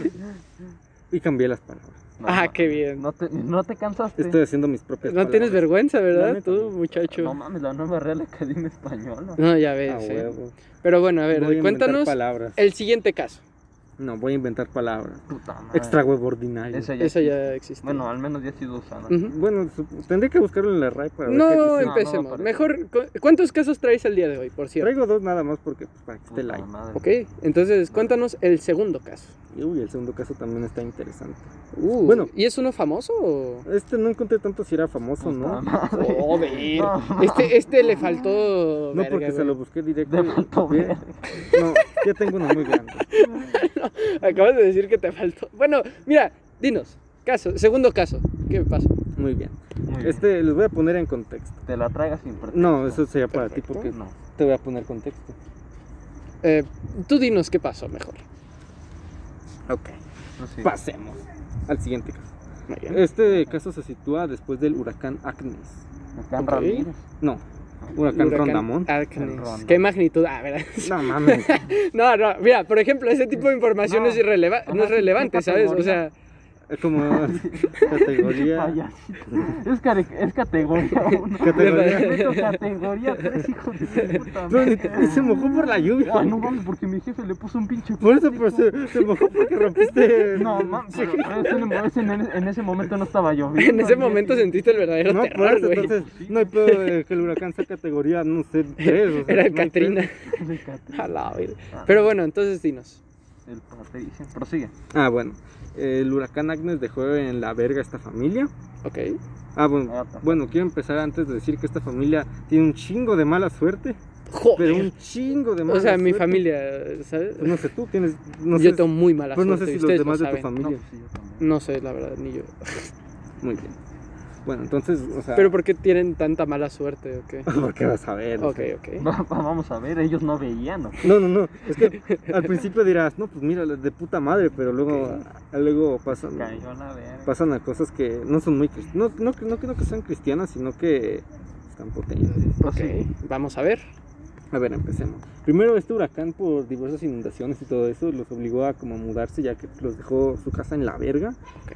Y cambié las palabras. No, Ah, no, qué bien. No, No te, no te cansaste. Estoy haciendo mis propias tienes palabras. vergüenza, ¿verdad? La neta, Tú, no. muchacho. No No, mames, la nueva Real Academia Española. ya Ah, ves. eh. huevo. Pero bueno, a ver, Voy a inventar cuéntanos palabras. el siguiente caso. No, voy a inventar palabras. Puta Ah. madre. Extra huevo ordinario. Esa ya. Esa existe. ya existe. Bueno, al menos ya ha sido usada. Ujú. Bueno, su- tendré que buscarlo en la RAI para ver qué No dice. em- No, no empecemos. aparece. Mejor, cu- ¿cuántos casos traes el día de hoy, por cierto? Traigo dos nada más porque pues, para que esté Puta like. madre. Ok, entonces cuéntanos el segundo caso. Y uy, el segundo caso también está interesante. Uh, Bueno. ¿Y es uno famoso o...? Este no encontré tanto si era famoso o Puta no. madre. Oh, Joder. No, Este, este le faltó... No, verga, porque se güey. lo busqué directo. De faltó Ve- ver. No, ya tengo uno muy grande. Acabas de decir que te faltó. Bueno, mira, dinos. Caso, segundo caso. ¿Qué pasó? Muy bien. Muy bien. Este les voy a poner en contexto. Te la tragas sin pretexto. No, eso sería para ti Perfecto. porque No. te voy a poner contexto. Eh, tú dinos qué pasó mejor. Ok. Pues sí. Pasemos al siguiente caso. Muy bien. Este caso se sitúa después del huracán Agnes. Acá en Ok. Ramírez. No, huracán, Huracán Rondamón. Arcanes. Rondamón. ¿Qué magnitud? Ah, ¿verdad? No mames. No, no, mira, por ejemplo, ese tipo de información No. es irreleva- no Ajá, es relevante, ¿qué ¿sabes? O sea, categoría? Es como categoría. Payasito. Es, care- es categoría 1. Categoría- categoría 3, hijo de puta No, ni madre. te- se mojó por la lluvia. Ay, Ah, no mames, porque mi jefe le puso un pinche. Por eso pues, plástico. se, se mojó porque rompiste. No mames, pero ese- ese- en, en ese momento no estaba lloviendo. en ese momento sentiste el verdadero No, por terror, eso güey. entonces no hay pedo de que el huracán sea categoría, no sé, 3. Era el Katrina. De Catrina. A la verga. Ah, Pero bueno, entonces dinos. El Patricio. Prosigue. Ah, bueno. El huracán Agnes dejó en la verga a esta familia. Ok. Ah, bueno. Ah, pa- Bueno, quiero empezar antes de decir que esta familia tiene un chingo de mala suerte. Pero Joder. un chingo de mala O sea, suerte. mi familia, ¿sabes? Pues no sé, tú tienes. No yo sé, tengo muy mala pues no suerte. sé si y los ustedes demás lo de tu saben. No, familia. pues sí, yo también. No sé, la verdad, ni yo. Muy bien. Bueno, entonces, o sea. Pero ¿por qué tienen tanta mala suerte? ¿O qué? ¿Por qué vas a ver? O Ok, sea, ok. Va- va- Vamos a ver, ellos no veían. ¿no? No, no, no. Es que al principio dirás, no, pues mira, de puta madre, pero luego, a- luego pasan, Cayó a la verga. pasan a cosas que no son muy cristianas. No, no, que- no, que- no que sean cristianas, sino que están potentes. Ok, Prosigue. vamos a ver. A ver, empecemos. Primero, este huracán, por diversas inundaciones y todo eso, los obligó a como mudarse, ya que los dejó su casa en la verga.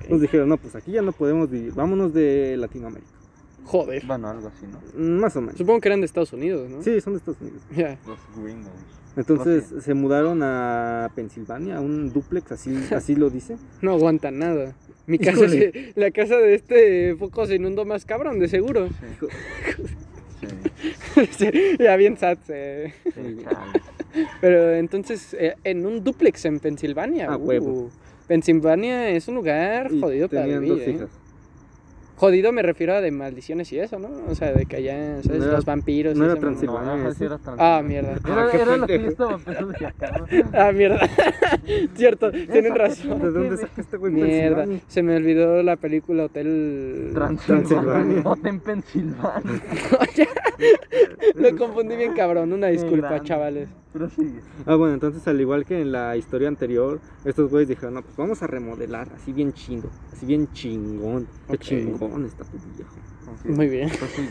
Nos ok. dijeron, no, pues aquí ya no podemos vivir, vámonos de Latinoamérica. Joder. Bueno, algo así, ¿no? Mm, Más o menos. Supongo que eran de Estados Unidos, ¿no? Sí, son de Estados Unidos. Ya. Los gringos. Entonces se mudaron a Pensilvania, a un duplex, así, así lo dice. No aguantan nada. Mi casa se- la casa de este foco se inundó más cabrón, de seguro. Sí, ya bien sad. se- sí, chale. Pero entonces, eh, en un duplex en Pensilvania. Ah, uh, huevo. Pensilvania es un lugar Y jodido para tenían vivir. dos ¿eh? hijas. Jodido me refiero a de maldiciones y eso, ¿no? O sea, de que allá, ¿sabes? No era- Los vampiros. no y era esa mamá. Transilvania. No, ajá, sí era trans- Ah, mierda. Era, qué era la pendejo. fiesta vampiro de acá. Ah, mierda. Cierto, tienen razón. ¿De dónde sacaste, güey? Mierda. Pensilvania? Se me olvidó la película Hotel. Transilvania. Transilvania. Hotel en Pensilvania. Lo confundí bien cabrón. Una Qué disculpa, grande. chavales. Pero sí. Ah, bueno, entonces al igual que en la historia anterior, estos güeyes dijeron, no, pues vamos a remodelar, así bien chido, así bien chingón. Qué Ok. chingón está tu vieja. Muy bien. Pues sí.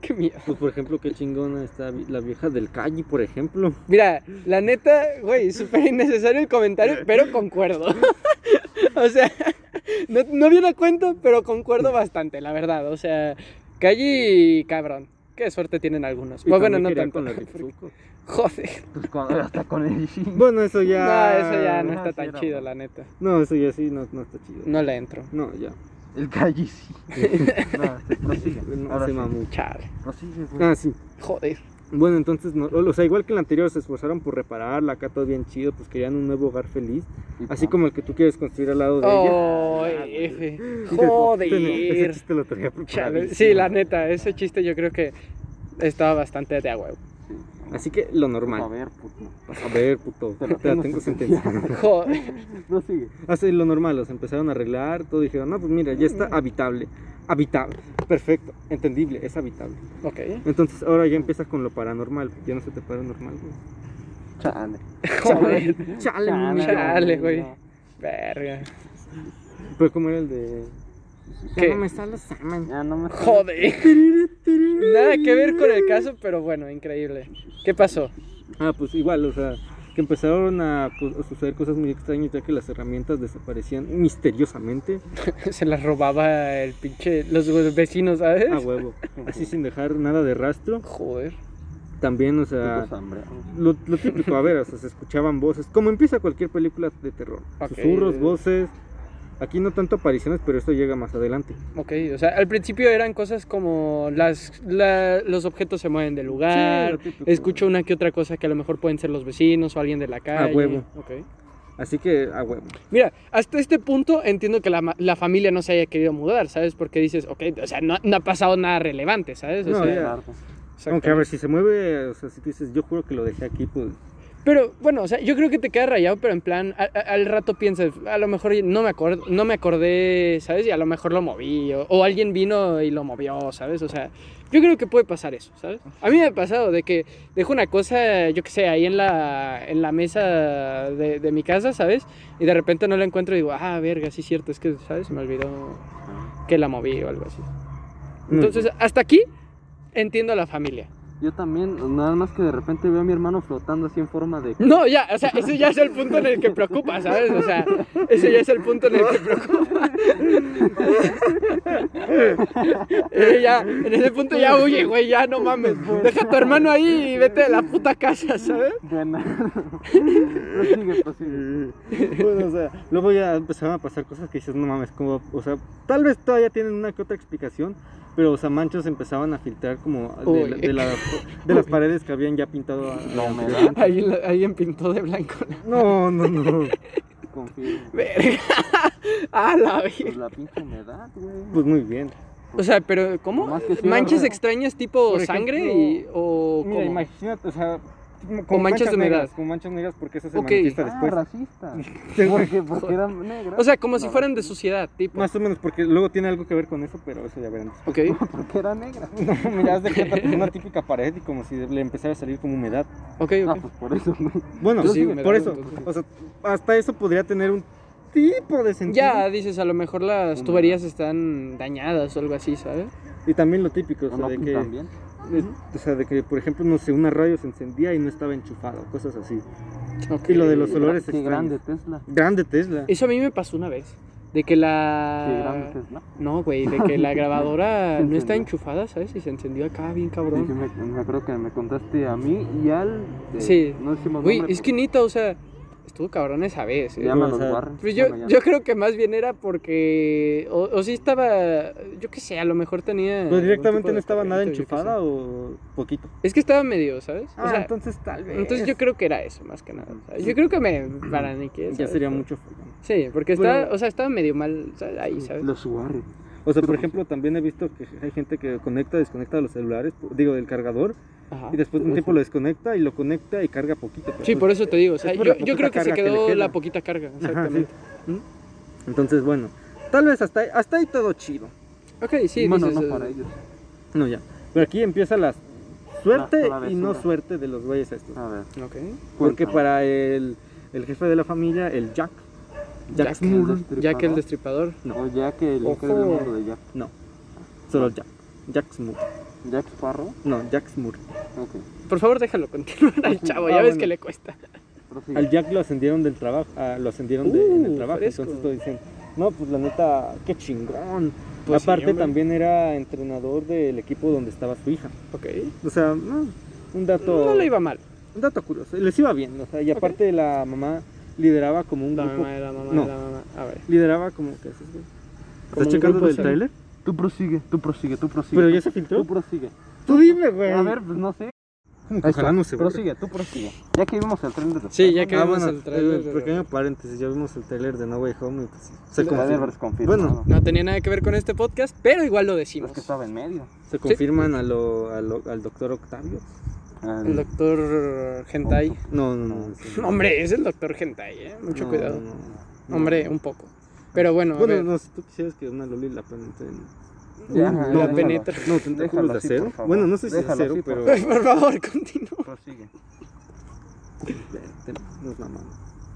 Qué miedo. Pues por ejemplo, qué chingona está vi- la vieja del calle, por ejemplo. Mira, la neta, güey, súper innecesario el comentario, pero concuerdo. o sea, no, no viene a cuento, pero concuerdo bastante, la verdad. O sea, calle y cabrón. Qué suerte tienen algunos. Y Pues bueno, también no quería tanto. con la Ritsuko. Joder. Pues cuando- hasta con el Ishin. Bueno, eso ya. No, eso ya no está Ah, sí tan era chido, bueno. la neta. No, eso ya sí, no, no está chido. No la entro. No, ya. El calle sí. No, sí, prosigue. No, Ahora se sí. mamó. Chale. Prosigue, güey. Ah, sí. Joder. Bueno, entonces, no, o sea, igual que en la anterior, se esforzaron por repararla, acá todo bien chido, pues querían un nuevo hogar feliz, así como el que tú quieres construir al lado de ella. Oh, F. Ese Joder. chiste lo traía preparadísimo. Chale. Sí, la neta, ese chiste yo creo que estaba bastante de a huevo. Así que lo normal. A ver, pues, puto. A ver, puto, te la tengo sentenciada. Joder. Prosigue. Así lo normal, los empezaron a arreglar, todo dijeron, no, pues mira, ya está habitable. Habitable, perfecto, entendible, es habitable. Ok. Entonces ahora ya empiezas con lo paranormal, ya no se te paranormal, güey. Chale. Joder. Chale, Chale, mami. güey. Verga. Pero como era el de. ¿Qué? me está la saman. Ya no me Joder. Nada que ver con el caso, pero bueno, increíble. ¿Qué pasó? Ah, pues igual, o sea, que empezaron a, pues, a suceder cosas muy extrañas ya que las herramientas desaparecían misteriosamente Se las robaba el pinche. los vecinos, ¿sabes? a huevo, así sin dejar nada de rastro. Joder. También, o sea, Pues, Putos hambre. lo, lo típico, a ver, o sea, se escuchaban voces, como empieza cualquier película de terror. Ok. Susurros, voces. Aquí no tanto apariciones, pero esto llega más adelante. Ok, o sea, al principio eran cosas como las, la- los objetos se mueven del lugar, Sí, lo típico. escucho una que otra cosa que a lo mejor pueden ser los vecinos o alguien de la calle. Ah, huevo. Ok. Así que, a huevo. Mira, hasta este punto entiendo que la, ma- la familia no se haya querido mudar, ¿sabes? Porque dices, ok, o sea, no, no ha pasado nada relevante, ¿sabes? O No, sea, ya. Largo. exacto. Aunque, a ver, si se mueve, o sea, si tú dices, yo juro que lo dejé aquí, pues. Pero bueno, o sea, yo creo que te queda rayado, pero en plan, a- a- al rato piensas, a lo mejor no me, acordé, no me acordé, ¿sabes? Y a lo mejor lo moví, o, o alguien vino y lo movió, ¿sabes? O sea, yo creo que puede pasar eso, ¿sabes? A mí me ha pasado de que dejo una cosa, yo qué sé, ahí en la, en la mesa de, de mi casa, ¿sabes? Y de repente no la encuentro y digo, ah, verga, sí es cierto, es que, ¿sabes? Se me olvidó que la moví o algo así. no, Entonces, hasta aquí entiendo a la familia. Yo también, nada más que de repente veo a mi hermano flotando así en forma de. No, ya, o sea, ese ya es el punto en el que preocupa, ¿sabes? O sea, ese ya es el punto en el que preocupa. Eh, ya, en ese punto ya huye, güey, ya no mames. Deja a tu hermano ahí y vete de la puta casa, ¿sabes? Bueno. prosigue, prosigue. Bueno, o sea, luego ya empezaron a pasar cosas que dices, no mames, como, o sea, tal vez todavía tienen una que otra explicación, pero, o sea, manchas empezaban a filtrar como de, Uy. la- de la- de las paredes que habían ya pintado. a- La humedad. Alguien, alguien pintó de blanco. No, no, no. Confirmo. Verga. A la vi- Pues la pinche humedad, güey. Pues muy bien. O sea, pero ¿cómo? Nomás que sí, ¿Manchas ¿verdad? extrañas tipo Por ejemplo, sangre y, o Mira, cómo? imagínate, o sea, como, Con manchas de humedad. negras, con manchas negras porque eso se Ok. manifiesta Ah, después. racista. Porque, porque eran negras. O sea, como si No, fueran de suciedad, tipo. Más o menos, porque luego tiene algo que ver con eso, pero eso ya veremos. Ok. Porque era negra. No, mira, haz de cuenta como una típica pared y como si le empezara a salir como humedad. Ok, Ah, ok. pues por eso, güey. Bueno, Pues sí, sí, humedad, por eso, entonces. o sea, hasta eso podría tener un tipo de sentido. Ya, dices, a lo mejor las tuberías están dañadas o algo así, ¿sabes? Y también lo típico, o O sea, no pues, de pintan que, bien. o sea, de que, por ejemplo, no sé, una radio se encendía y no estaba enchufada, cosas así. Ok. Y lo de los olores Qué extraños. grande Tesla. Grande Tesla. Eso a mí me pasó una vez. De que Ah, Qué grande la... Tesla. No, güey, de que la grabadora Se no está encendió. enchufada, ¿sabes? Y se encendió acá bien Sí, que cabrón. me, me acuerdo que me contaste a mí y al. eh, Sí. No decimos Güey, nombre es que porque- neta, o sea... Estuvo cabrón esa vez. ¿eh? Llama a o los sea, Warren. Pues yo, Bueno, ya. yo creo que más bien era porque. O, o sí estaba. Yo qué sé, a lo mejor tenía. Pero algún eh, tipo Pues directamente de no estaba nada corriente, yo qué enchufada o poquito. sé. Es que estaba medio, ¿sabes? O ah, sea, entonces, entonces tal vez. yo creo que era eso, más que nada. O sea, yo creo que me paraniqué. Ya ¿sabes? sería mucho follón. Sí, porque estaba, Bueno. o sea, estaba medio mal ¿sabes? ahí, ¿sabes? Los Warren. O sea, por ejemplo, también he visto que hay gente que conecta, desconecta los celulares, digo, del cargador, Ajá. y después de un tiempo lo desconecta y lo conecta y carga poquito. pero Sí, pues- por eso te digo. O sea, Es yo, por la yo creo poquita que se carga que le quedó queda. la poquita carga, sí. exactamente. Entonces, bueno, tal vez hasta ahí, hasta ahí todo chido. Ok, sí, bueno, dices, no eh, para ellos. No, ya. Pero aquí empieza la suerte La- la y no basura. suerte de los güeyes estos. A ver. Ok. Porque cuéntame. para el, el jefe de la familia, el Jack, Jack, Jack. Smullen, Ya que el destripador. No. O Jack el Ojo. que es el mundo de Jack. no, solo Jack. Jack Smurf. Jack Sparrow. No, Jack Smurf. Ok. Por favor, déjalo continuar al chavo, Ah, ya ves bueno. que le cuesta. prosigue. Al Jack lo ascendieron del trabajo, ah, lo ascendieron de- en el Uh, trabajo, fresco. entonces lo dicen, no, pues la neta, qué chingón. Pues sí, Aparte hombre. también era entrenador del equipo donde estaba su hija. Ok. O sea, no, un dato No le iba mal. un dato curioso, les iba bien, o sea, y aparte la mamá lideraba como un La grupo, mamá de la mamá No. de la mamá. A ver. lideraba como ¿qué haces, güey? Como un ¿Estás checando grupo el sí. tráiler? Tú prosigue, tú prosigue, tú prosigue. Pero ya se filtró. Tú prosigue. Tú dime, güey. A ver, pues no sé. Ahí está. Ojalá no se borre. Prosigue, tú prosigue. Ya que vimos el tren de los Sí, ya que Ah, vemos bueno, el trailer. eh, pequeño paréntesis, ya vimos el tráiler de No Way Home y pues, se Le- confirma. Bueno. Bueno, No tenía nada que ver con este podcast, pero igual lo decimos. es que estaba en medio. Se confirman a lo, a lo- al doctor Octavio. El doctor Hentai. No, no, no. sí. No, Hombre, es el doctor Hentai, eh. Mucho No, cuidado. no, no. Hombre, un poco. Pero bueno, a Bueno, ver. no, si tú quisieras que una Loli la penetre en- no, Ya, ya, no, la déjalo. penetra. No, tentáculos Déjalo de así, acero. por favor. Bueno, no sé si es Déjalo acero, así, por pero. favor. Por favor, continúa. Prosigue. Espérate, no es mamá.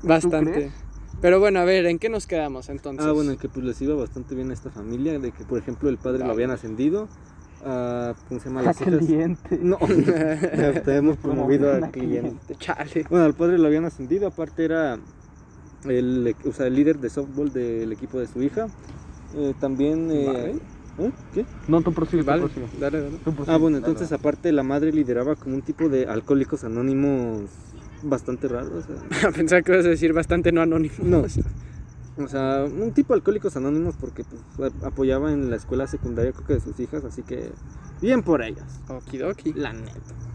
Bastante. crees? Pero bueno, a ver, ¿en qué nos quedamos entonces? Ah, bueno, que pues les iba bastante bien a esta familia, de que por ejemplo el padre lo Ah. habían ascendido. A, ¿Cómo se llama? A Las hijas. cliente. No, te hemos promovido Promoviendo al a cliente. Chale. Bueno, al padre lo habían ascendido, aparte era el, o sea, el líder de softball del equipo de su hija. Eh, también. eh, Vale. ¿eh? ¿Qué? No, tú prosigue, Vale, tú prosigue. dale, dale. Tú prosigue. Ah, bueno, Dale, entonces dale. aparte la madre lideraba como un tipo de alcohólicos anónimos bastante raro. O sea, Pensaba que ibas a decir bastante no anónimo. No. o sea, un tipo de alcohólicos anónimos porque pues, a- apoyaba en la escuela secundaria creo que de sus hijas, así que bien por ellas. Okidoki. La neta.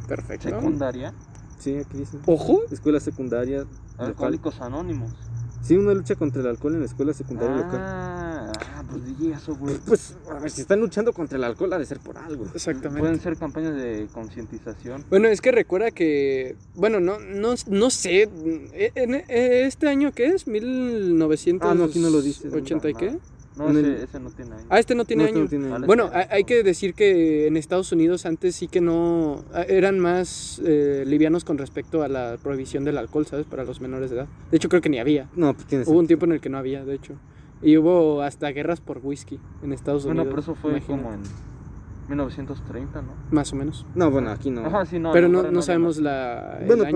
Perfecto. Secundaria. Sí, aquí dice. Ojo. Escuela secundaria Ah, local. Alcohólicos Anónimos. Sí, una lucha contra el alcohol en la escuela secundaria local. Ah, ah, pues dije eso, güey. Pues, a ver, si están luchando contra el alcohol ha de ser por algo. Exactamente. Pueden ser campañas de concientización. Bueno, es que recuerda que, bueno, no, no, no sé, eh, en- eh, este año qué es, 1980 Ah, no, aquí no lo dice. y qué. No, En ese, el- ese no tiene años. Ah, este no tiene No, año. esto no tiene año. Bueno, hay, hay que decir que en Estados Unidos antes sí que no, ah, eran más eh, livianos con respecto a la prohibición del alcohol, ¿sabes? Para los menores de edad. De hecho, creo que ni había. No, pues tienes. Hubo un tiempo en el que no había, de hecho. Y hubo hasta guerras por whisky en Estados pues, Bueno, Unidos. pero eso fue imagínate. como en 1930, ¿no? Más o menos. No, bueno, aquí no. Ajá, sí, no. pero en no, lugares no había sabemos más. la... el Bueno, año.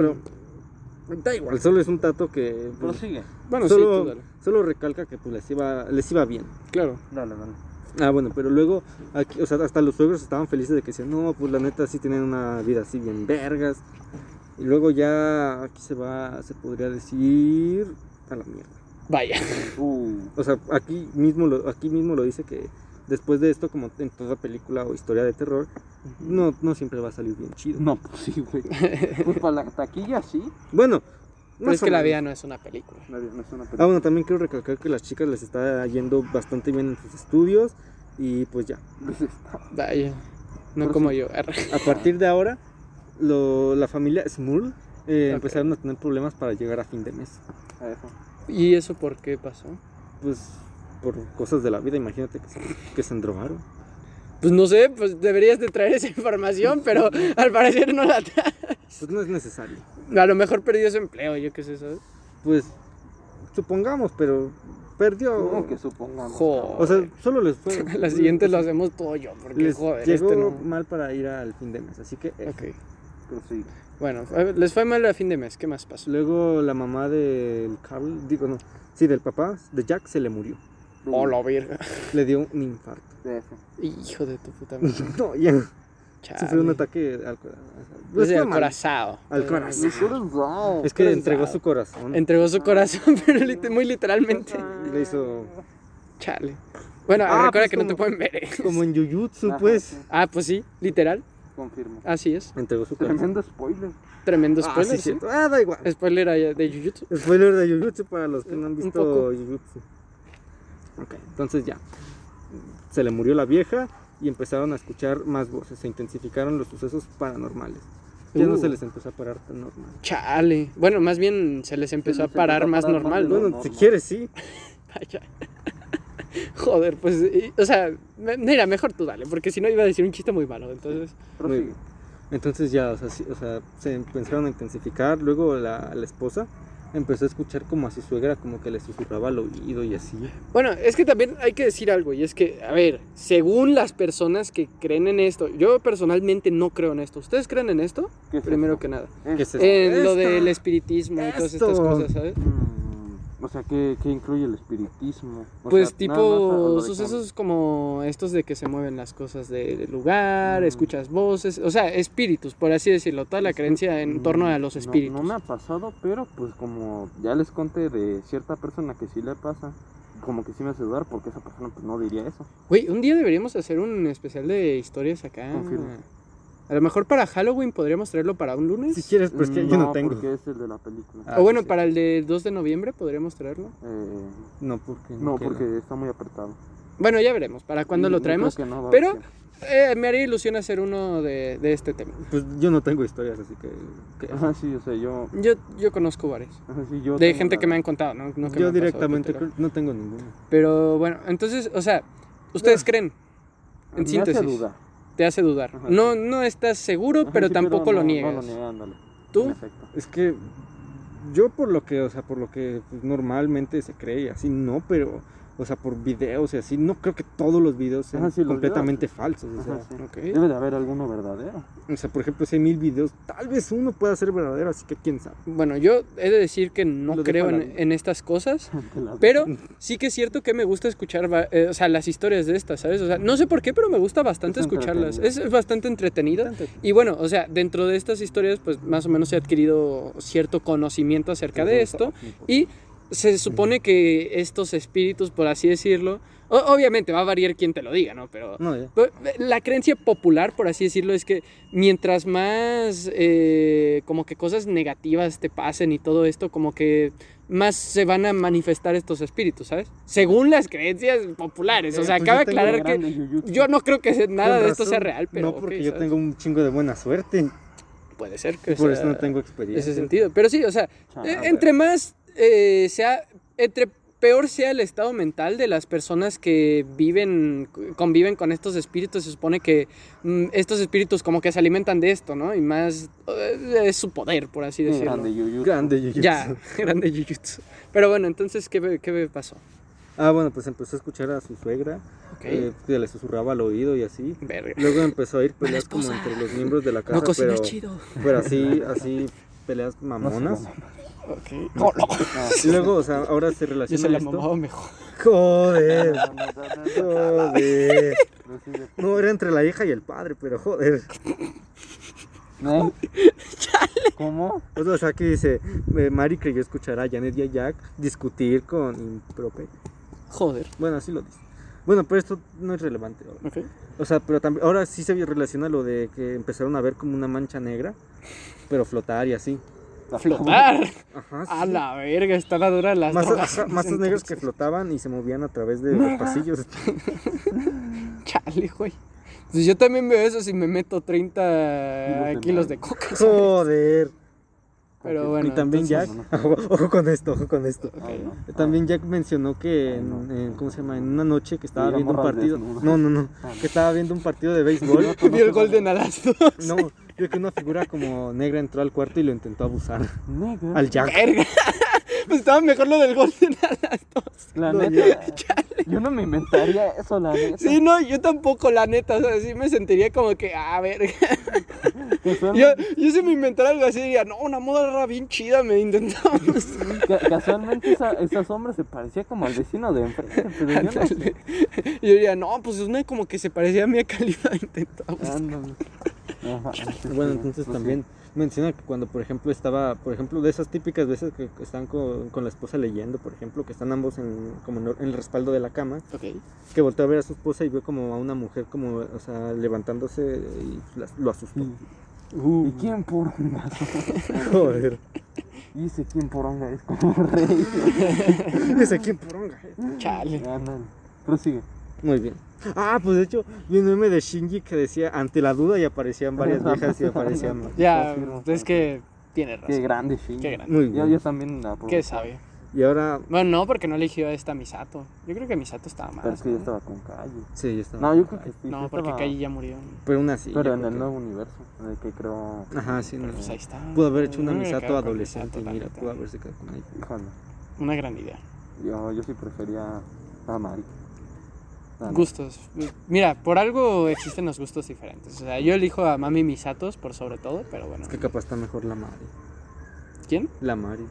pero da igual, solo es un dato que pues, Prosigue. Bueno, sí, solo, tú dale. solo recalca que pues les iba les iba bien. Claro. Dale, dale. Ah, bueno, pero luego aquí, o sea, hasta los suegros estaban felices de que decían, "No, pues la neta sí tienen una vida así bien vergas." Y luego ya aquí se va se podría decir a la mierda. Vaya. Uh, O sea, aquí mismo lo, aquí mismo lo dice que después de esto como en toda película o historia de terror, no no siempre va a salir bien chido. no, pues sí, güey. Pues para la taquilla sí. Bueno, Pero es más o que la menos. vida no es una película. La vida no es una Ah, película. bueno, también quiero recalcar que las chicas les está yendo bastante bien en sus estudios y pues ya. Pues está- Vaya. No Por como yo. A partir de ahora, lo- la familia Smurl eh, Ok. empezaron a tener problemas para llegar a fin de mes. a eso. ¿Y eso por qué pasó? Pues por cosas de la vida, imagínate que se, que se endrogaron. Pues no sé, pues deberías de traer esa información, pero al parecer no la traes. Pues no es necesario. A lo mejor perdió su empleo, yo qué sé, ¿sabes? Pues supongamos, pero perdió. Como que supongamos. Oh. Jo. O sea, solo les fue. La siguiente lo hacemos todo yo, porque pues Les joder, llegó este no. mal para ir al fin de mes, así que. eh. Ok. Prosigue. Bueno, a ver, les fue mal a fin de mes, ¿qué más pasó? Luego la mamá del Carl, digo no, sí, del papá, de Jack, se le murió. Oh, la verga. Le dio un infarto. De eso. Hijo de tu puta madre. No, ya. Ah, Sufrió un ataque al corazón. Desde Pues, el corazón. Al corazón. Es que Corazón. entregó su corazón. Entregó su corazón, pero lit- muy literalmente. Le hizo Chale. Bueno, Ah, recuerda pues que no te como- pueden ver. eh. como en Jujutsu, Ajá, pues. sí, Ah, pues sí, literal. confirmo. Así es. Entregó su corazón. Tremendo spoiler. Tremendo Ah, spoiler. sí, sí. cierto. Ah, da igual. Spoiler allá de Jujutsu. Spoiler de Jujutsu para los que no han Un visto poco. Jujutsu. Ok, entonces ya. Se le murió la vieja y empezaron a escuchar más voces. Se intensificaron los sucesos paranormales. Ya no Uh. se les empezó a parar tan normal. Chale. Bueno, más bien se les empezó a les parar empezó a más parar más normal, ¿no? Bueno, normal. si quieres, sí. Vaya. Joder, pues, y- o sea, me- mira, mejor tú dale, porque si no iba a decir un chiste muy malo, entonces. Muy Prosigue. bien. Entonces ya, o sea, sí, o sea, se empezaron a intensificar. Luego la, la esposa empezó a escuchar como a su suegra, como que le susurraba al oído y así. Bueno, es que también hay que decir algo, y es que, a ver, según las personas que creen en esto, yo personalmente no creo en esto. ¿Ustedes creen en esto? ¿Qué es Primero esto? que nada. ¿Qué es esto? En lo Esto. del espiritismo y todas estas Esto. cosas, ¿sabes? Mm, o sea, ¿qué, qué incluye el espiritismo? O Pues sea, nada más a- a lo tipo de sucesos como estos de que se mueven las cosas de- del lugar, Mm. escuchas voces, o sea, espíritus, por así decirlo, toda la Es que, creencia en torno a los Mm, no- espíritus. No, me ha pasado, pero pues como ya les conté de cierta persona que sí le pasa, como que sí me hace dudar porque esa persona pues, no diría eso. Güey, un día deberíamos hacer un especial de historias acá. Confirmo. A lo mejor para Halloween podríamos traerlo para un lunes. Si quieres, pues que yo no tengo. porque es el de la película. Ah. o bueno, sí. para el de 2 de noviembre podríamos traerlo. Eh, No, porque no, quiero. porque está muy apretado. Bueno, ya veremos para cuándo Y lo Mm, yo traemos. creo que no va a pero- haber Eh, me haría ilusión hacer uno de, de este tema. Pues yo no tengo historias, así que. que- tiempo. Ajá, sí, o sea, yo... Yo, yo conozco varios. ajá, sí, yo De tengo gente la- que me han contado, ¿no? No que me yo han pasado, que te directamente lo- creo- no tengo ninguno. Pero bueno, entonces, o sea, ¿ustedes creen? me En hace síntesis. dudar. Te hace dudar. Ajá, No, no estás seguro, Ajá, pero sí, tampoco lo no- no niegas. niegué, ándale, en ¿Tú? efecto. Es que yo por lo que, o sea, por lo que pues, normalmente se cree, y así no, pero, o sea, por videos y así, no creo que todos los videos sean Ajá, sí, los completamente falsos. O sea, Ajá, sí. Ok. Debe de haber alguno verdadero. o sea, por ejemplo, si hay mil videos, tal vez uno pueda ser verdadero, así que quién sabe. Bueno, yo he de decir que no Lo dejo creo a la en, vida. en estas cosas. Que la- Pero sí que es cierto que me gusta escuchar, va- eh, o sea, las historias de estas, ¿sabes? O sea, no sé por qué, pero me gusta bastante Es escucharlas. Es entretenido. bastante entretenido. Y bueno, o sea, dentro de estas historias, pues más o menos he adquirido cierto conocimiento acerca de esto. Y se supone que estos espíritus, por así decirlo, o- obviamente va a variar quien te lo diga, ¿no? Pero No, ya. Pues, La creencia popular, por así decirlo, es que mientras más eh, como que cosas negativas te pasen y todo esto, como que más se van a manifestar estos espíritus, ¿sabes? Según las creencias populares. O Eh, sea, pues yo acaba de tengo aclarar que Grande Jujutsu. yo no creo que se- nada Con de esto sea razón, real, pero No, porque ok, yo ¿sabes? tengo un chingo de buena suerte. puede ser que por sea eso no tengo ese experiencia. sentido. Pero sí, o sea, Chale. eh, Ah, entre más eh, sea, entre peor sea el estado mental de las personas que viven, conviven con estos espíritus, se supone que mm, estos espíritus como que se alimentan de esto, ¿no? Y más eh, es su poder, por así Sí, decirlo. grande Jujutsu. Grande, Jujutsu. Ya, grande Jujutsu. Pero bueno, entonces, ¿qué, me- qué me pasó? Ah, bueno, pues empezó a escuchar a su suegra, Ok, eh, que le susurraba al oído y así. verga. Luego empezó a ir peleas como esposa. entre los miembros de la casa, No cocina pero, chido. pero así, así peleas mamonas. Ok. Y luego, o sea, ahora Yo se se relaciona la esto. mamaba mejor. Joder, No, no, no, no, no. joder. Prosigue. No, era entre la hija y el padre, pero joder. ¿Eh? ¿Cómo? Pues O sea, aquí dice, eh, Mari creyó escuchar a Janet y a Jack discutir con Imprope. Joder. Bueno, así lo dice. Bueno, pero esto no es relevante ahora. Ok. O sea, pero también, ahora sí se relaciona lo de que empezaron a ver como una mancha negra, pero flotar y así. Flotar. Ajá, sí. A la verga, están adoras las Ah, drogas. Masas, masas negras que flotaban y se movían a través de los pasillos. Chale, güey. Si yo también veo eso si me meto 30 Kilos kilos de madre. de coca. ¿sabes? Joder. Pero Ok. bueno. y también entonces- Jack. Ojo, ojo con esto, ojo con esto. Ok. Ay, no. Ay, También Jack mencionó que Ay, no. en, en- ¿cómo se llama? En una noche que estaba Veía viendo un morras partido. desnudas. No, no, no. Ah, no. Que estaba viendo un partido de béisbol. Vio el Golden Alasto. No, vio que una figura como negra entró al cuarto y lo intentó abusar. Nigga. Al Jack. Verga. Pues estaba mejor lo del Golden Alasto. La No, neta. Yo no me inventaría eso, la neta. Sí, no, yo tampoco, la neta. O sea, sí me sentiría como que, ah, verga. Que, son- Yo, yo si me inventara algo así diría, no, una moda bien chida me intentamos. ca- casualmente esa, esa sombra se parecía como al vecino de enfrente, pero yo no sé. Ah, Ándale. Y yo diría, no, pues es una como que se parecía a Mia Khalifa intentamos. Ándale. Ajá, sí, Bueno, Eh. sí, entonces no sé. también menciona que cuando, por ejemplo, estaba, por ejemplo, de esas típicas veces que están con, con la esposa leyendo, por ejemplo, que están ambos en, como en, en el respaldo de la cama, Ok. que volteó a ver a su esposa y vio como a una mujer como, o sea, levantándose y la- lo asustó. Mm. Uh, ¿Y quién poronga? Joder. Y ese quién poronga es como rey. Dice quién poronga. Chale. Ándale. Prosigue. Muy bien. Ah, pues de hecho, vi un meme de Shinji que decía, ante la duda y aparecían varias viejas y aparecían más. Ya, Confirmo. es que tiene Qué razón. grande, Shin. Qué grande. Muy Yo, yo bien. también la Qué probé, sabio. Y ahora, Bueno, no, porque no eligió a esta Misato. Yo creo que Misato estaba mal. Pero es que yo estaba con calle. sí, ya está. No, yo creo que sí. No, sí porque estaba- Kai ya murió. Pero una sí. Pero yo en creo el que- nuevo universo, en el que creo. Ajá, sí. Pero no. pues ahí Mm, está. Pudo haber hecho una Yo me hubiera misato quedado con adolescente, Misato, la mira, neta. pudo haberse quedado con ella. Híjole. Una gran idea. Yo, yo sí prefería a Mari. Ah, no. Gustos. Mira, por algo existen los gustos diferentes. O sea, yo elijo a Mami Misatos por sobre todo, pero bueno. Es que capaz está mejor la Mari. ¿Quién? La Mari.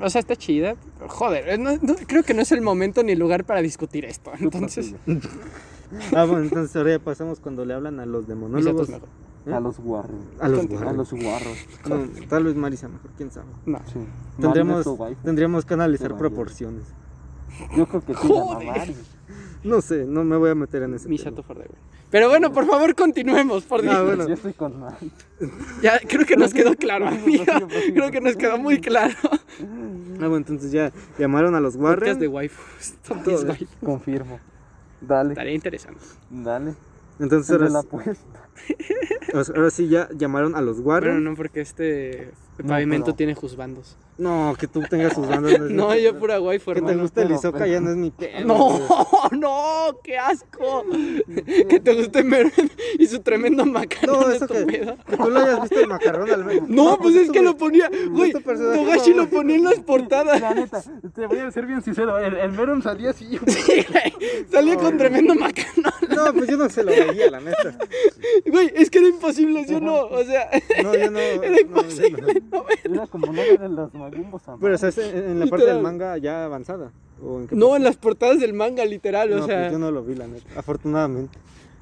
O sea, está chida. pero Joder, eh, no- no- creo que no es el momento ni lugar para discutir esto. Tú Entonces, prosigue. Ah, bueno, entonces ahora ya pasamos cuando le hablan a los de Misato monólogos. es mejor. A los guarros. A los Continúa. A guarros. los guarros. No, tal vez Mari sea mejor, quién sabe. No. Sí. Mari es Tendríamos, tu waifu. tendríamos que analizar Pero proporciones. Yo creo que sí, ganó Joder. Mari. No sé, no me voy a meter en ese Misato forever. Pero bueno, por favor, continuemos, por Dios. Ah, bueno. Yo estoy con Mari. Ya creo que nos quedó claro, amigo. prosigue, prosigue. Creo que nos quedó muy claro. tema. Ah, bueno, entonces ya llamaron a los Podcast de Warren. waifus. Todo. Confirmo. Dale, Estaría interesante. dale. Entonces Se ahora, la apuesta. o sea, ahora sí ya llamaron a los Bueno, Warren. no, porque este No, pavimento pero- tiene juzbandos. no. que tú tengas sus bandas. es No, mi- yo pura waifu, Que te hermano. guste el pero- Isoca ya no es mi tema. No, güey. no, qué asco. Que te guste Mermen y su tremendo macarón No, de eso tu que, pedo. que tú lo hayas visto el macarrón al menos. No, pues es que tú- lo ponía, güey. tu personaje Togashi lo ponía en las portadas. La neta, te voy a ser bien sincero. El, el Verum salía así. Sí, güey. Salía con tremendo macarón. No, pues yo no se lo veía, la neta. Güey, es que era imposible, ¿sí o no? O sea, No, yo no. era imposible. No, güey. Era como no de los magumbos. a Pero, Mari. o sea, es en, en la parte Literal. del manga ya avanzada. ¿o en qué No, parte? en las portadas del manga, literal, No, o sea. pues yo no lo vi, la neta. Afortunadamente.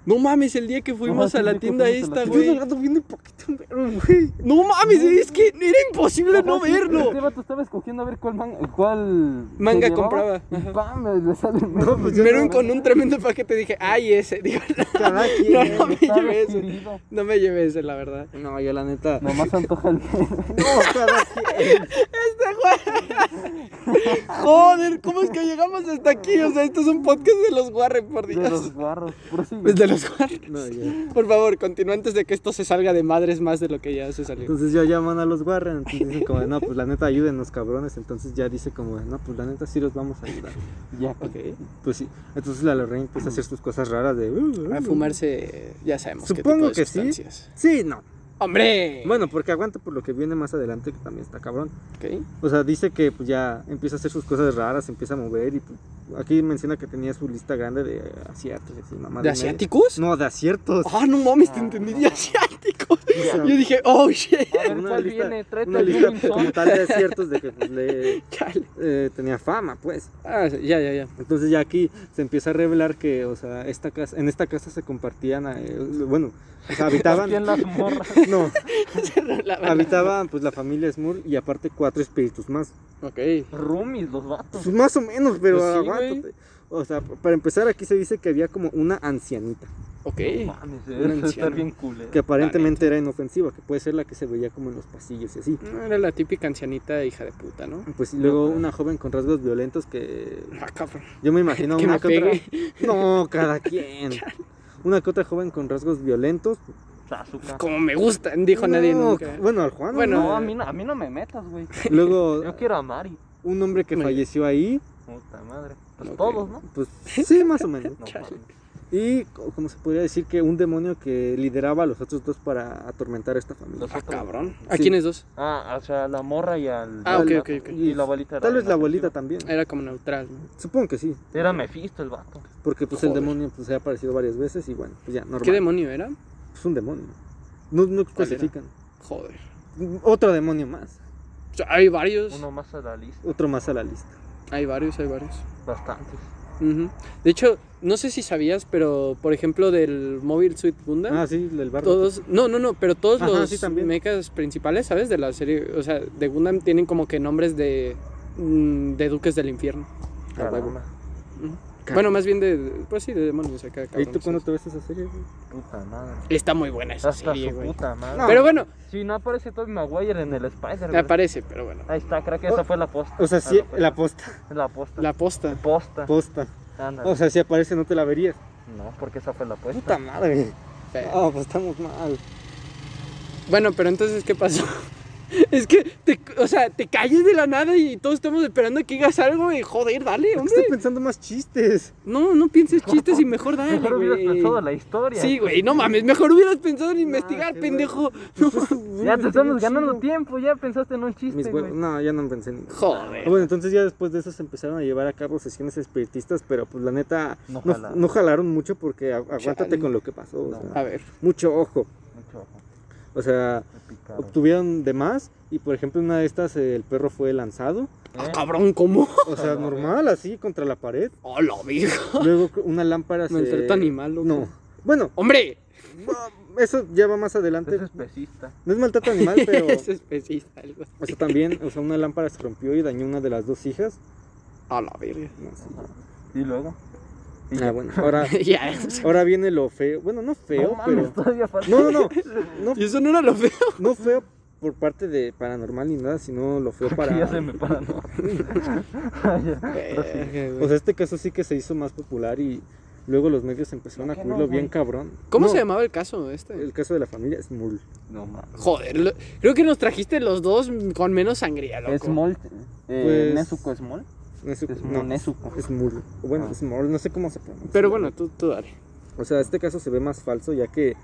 No mames, el día que fuimos sí, a la sí, tienda fuimos a la esta, tienda. Yo güey. hablando bien de poquito, pero, güey. No mames, es que era imposible no Ajá, sí, verlo. Este vato estaba escogiendo a ver cuál manga, cuál se Manga llevaba, compraba, Y pam, le sale el No, pues yo Pero no. con un tremendo paquete dije, ay, ese. Digo, Cada quien. eh. no, no me Está llevé ese. adquirido. No me llevé ese, la verdad. No, yo la neta. No, Nomás antoja el cada quien. Joder, ¿cómo es que llegamos hasta aquí? O sea, esto es un podcast de los Warren, por de Dios. los barros. Prosigue. Pues de los Warren. No, ya. Por favor, continúa antes de que esto se salga de madres más de lo que ya se salió. Entonces ya llaman a los Warren. Entonces dicen, como, de, no, pues la neta, ayúdenos, cabrones. Entonces ya dice, como, de, no, pues la neta, sí los vamos a ayudar. Ya que- Ok. Pues sí. Entonces la Lorraine empieza a hacer sus cosas raras de. uh, uh, A uh. fumarse, ya sabemos Supongo qué tipo de que sí. sustancias. Sí, no. ¡Hombre! Bueno, porque aguanta por lo que viene más adelante, que también está cabrón. Ok. O sea, dice que pues, ya empieza a hacer sus cosas raras, se empieza a mover y pues, aquí menciona que tenía su lista grande de eh, aciertos y así, mamá. ¿De asiáticos? No, de aciertos. Ah, no mames, te entendí de asiático. O sea, Yo dije, oh shit. A ver Una cuál lista- viene. Tráete una el lista como Wilson. tal de aciertos de que pues, le Chale. eh, tenía fama, pues. Ah, sí, ya, ya, ya. Entonces ya aquí se empieza a revelar que, o sea, esta casa, en esta casa se compartían, eh, bueno, o sea, habitaban, Bien las morras. no, La verdad. habitaban pues la familia Smurl y aparte cuatro espíritus más. Ok. Rumis, los vatos. Pues más o menos, pero Pues sí, aguántate. O sea, p- para empezar aquí se dice que había como una ancianita, Ok. Mames, Un debe estar anciano. bien culero. que aparentemente era inofensiva, que puede ser la que se veía como en los pasillos y así. No, Era la típica ancianita hija de puta, Mm. ¿no? Pues y luego una joven con rasgos violentos que Ah, cabrón. yo me imagino Que una me que otra- No, cada quien. Una que otra joven con rasgos violentos. Sasuka. Ah. Como me gustan, dijo nadie No, nunca. Bueno, al Juan. Bueno. Bueno. No, a mí no, a mí no me metas, güey. Luego Yo quiero a Mari. un hombre que Muy bien. falleció ahí, Puta madre. Pues Ok. todos, ¿no? pues sí, más o menos. No, Chale. mames. Y co- como se podría decir que un demonio que lideraba a los otros dos para atormentar a esta familia. Los Ah, otros. cabrón. ¿A Sí. quiénes dos? Ah, o sea, la morra y al. Ah, ok, al ok, vato. ok. Y la abuelita era Tal vez la inofensiva. abuelita también. Era como neutral, ¿no? Supongo que sí, Era Mephisto el vato. porque pues el Joder. demonio pues, se ha aparecido varias veces y bueno, pues ya, normal. ¿Qué demonio era? Pues un demonio. No, no ¿Cuál era? especifican. Joder. Otro demonio más. O sea, hay varios. Uno más a la lista. Otro más a la lista. Hay varios, hay varios. Bastantes. Ujú. De hecho, No sé si sabías, pero por ejemplo del Mobile Suit Gundam, Ah, sí, del barrio. todos, no, no, no, pero todos Ajá, los sí, también. mechas principales, ¿sabes? De la serie, o sea, de Gundam tienen como que nombres de mm, de duques del infierno. Caramba. Ujú. Bueno, más bien de pues sí, de demonios acá, ¿Y tú cabrones. cuándo te ves esa serie? güey? Puta madre. Está muy buena esa Hasta serie, su güey. puta madre. No. Pero bueno, Si no aparece Tobey Maguire en el Spider, güey. aparece, pero bueno. Ahí está, creo que esa fue la posta. Oh. O sea, Ah, sí, no, pues, la posta. La posta. La posta. posta. Posta. Ah. Ándale. O sea, si aparece no te la verías. no, porque esa fue la apuesta. Puta madre. Pues, Eh, Ah, pues estamos mal. Bueno, pero entonces, ¿qué pasó? Es que, te, o sea, te calles de la nada y todos estamos esperando que digas algo y joder, dale, Es que hombre. estoy pensando más chistes. No, no pienses chistes y mejor dale, Mejor hubieras güey. pensado la historia. Sí, güey, no mames, mejor hubieras pensado en qué investigar, güey. pendejo. Ya te estamos ganando tiempo, ya pensaste en un Mis chiste, huevos. güey. No, ya no pensé en Ah, Joder. Bueno, entonces ya después de eso se empezaron a llevar a cabo sesiones espiritistas, pero pues la neta No no, jalaron. no jalaron mucho porque a- aguántate Chale. con lo que pasó. o No. sea, A ver, mucho ojo. Mucho ojo, O sea, me picaron. obtuvieron de más y por ejemplo en una de estas eh, el perro fue lanzado. ¿Eh? Ah, cabrón, ¿cómo? O sea, normal, así contra la pared. Hola, viejo. Luego una lámpara se... Maltrato animal, loco. No. Bueno, ¡Hombre! eso ya va más adelante. Es especista. No es maltrato animal, pero... Es especista, algo O así. sea, también, o sea, una lámpara se rompió y dañó una de las dos hijas. A la verga. No, sí. Y luego. Ah, bueno, ahora, Ya. ahora viene lo feo. Bueno, no feo, no mames, pero... todavía falta. No, no, no. No, Y eso no era lo feo. no feo por parte de paranormal ni nada, sino lo feo Para... para. Ya se me paran. ¿no? Ay, ya. Verga, güey. O sea, este caso sí que se hizo más popular y luego los medios empezaron a ¿Por qué cubrirlo no, bien güey? cabrón. ¿Cómo No, se llamaba el caso este? El caso de la familia Smurl. No mames. Joder, lo- creo que nos trajiste los dos con menos sangría, loco. Small. Eh, Pues- Nezuko Small. No es, Es no, un Nezuko. Smurl. O Bueno, Ah. Smurl, no sé cómo se pronuncia. Pero bueno, tú, tú dale. O sea, este caso se ve más falso ya que.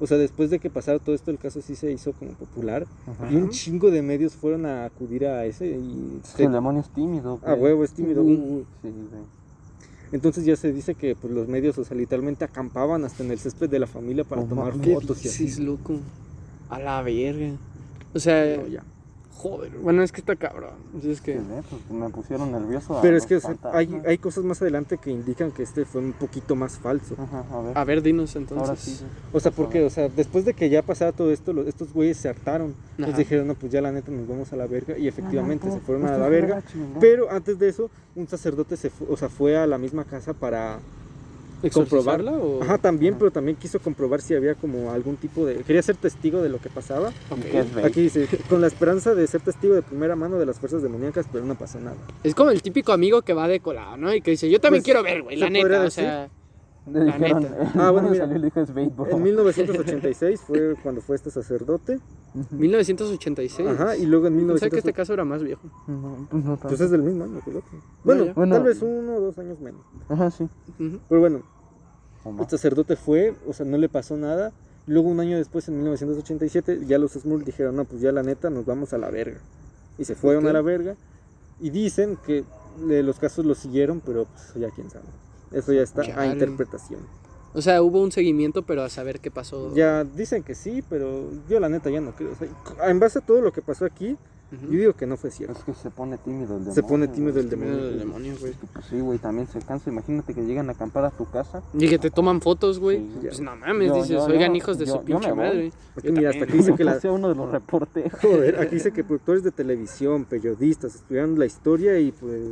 O sea, después de que pasara todo esto, el caso sí se hizo como popular. Y un chingo de medios fueron a acudir a ese y. Es que El demonio es tímido. A güey. Ah, huevo, es tímido. Uh. uh, uh. Sí, güey. Entonces ya se dice que pues, los medios, o sea, literalmente acampaban hasta en el césped de la familia para No tomar mames. fotos y así. Sí, loco. A la verga. O sea, No, ya. joder. Bueno, es que está cabrón. Es que... Sí, güey, pues, me pusieron nervioso. a Pero es los que o sea, fantasmas. hay, hay cosas más adelante que indican que este fue un poquito más falso. Ajá, a Ah, ver. A ver, dinos Ahora entonces. sí. sí. O sea, porque, o sea, después de que ya pasara todo esto, los- estos güeyes se hartaron. Les Ajá. dijeron, no, pues ya la neta nos vamos a la verga. Y efectivamente Ah, No, no, se fueron a usted la se verga. haga chingón. Pero antes de eso, un sacerdote se fu- o sea, fue a la misma casa para... ¿Exorcizarla o...? Ajá, también, Ajá. pero también quiso comprobar si había como algún tipo de... Quería ser testigo de lo que pasaba. Ok. ¿Y qué es, güey? Aquí dice, con la esperanza de ser testigo de primera mano de las fuerzas demoníacas, pero no pasó nada. Es como el típico amigo que va de colado, ¿no? Y que dice, yo también Pues, quiero ver, güey, ¿se la neta. podría O sea, Le La dijeron, neta. eh, Ah, bueno, mira. salió y le dijo, es bait, bro. En 1986 fue cuando fue este sacerdote. Ujú. 1986. Ajá, y luego en O sea que este 1986... caso era más viejo. No, pues no tanto. Pues es del mismo año que el otro. Bueno, ya. Bueno. tal vez uno o dos años menos. Ajá, sí. Ujú. Pero bueno, O más. el Este sacerdote fue, o sea, no le pasó nada. Luego un año después, en 1987, ya los Smurfs dijeron, no, pues ya la neta, nos vamos a la verga. Y se fueron Ok. a la verga. Y dicen que eh, los casos los siguieron, pero pues eso ya quién sabe. Eso ya está a Chale. interpretación. O sea, hubo un seguimiento, pero a saber qué pasó. Ya dicen que sí, pero yo la neta ya no creo. O sea, en base a todo lo que pasó aquí, Ujú. yo digo que no fue cierto. Es que se pone tímido el demonio. Se pone tímido güey. el Miedo del demonio. demonio, güey. Es que, Pues sí, güey, también se cansa. Imagínate que llegan a acampar a tu casa. Y que te toman fotos, güey. Sí, Pues no mames, Yo- dices, yo- oigan yo- hijos de yo- su yo pinche me voy. madre. Yo Es que mira, también. Eh, hasta aquí dice que la, sea uno de los reporteros. Joder, aquí dice que productores de televisión, periodistas, estudiaron la historia y pues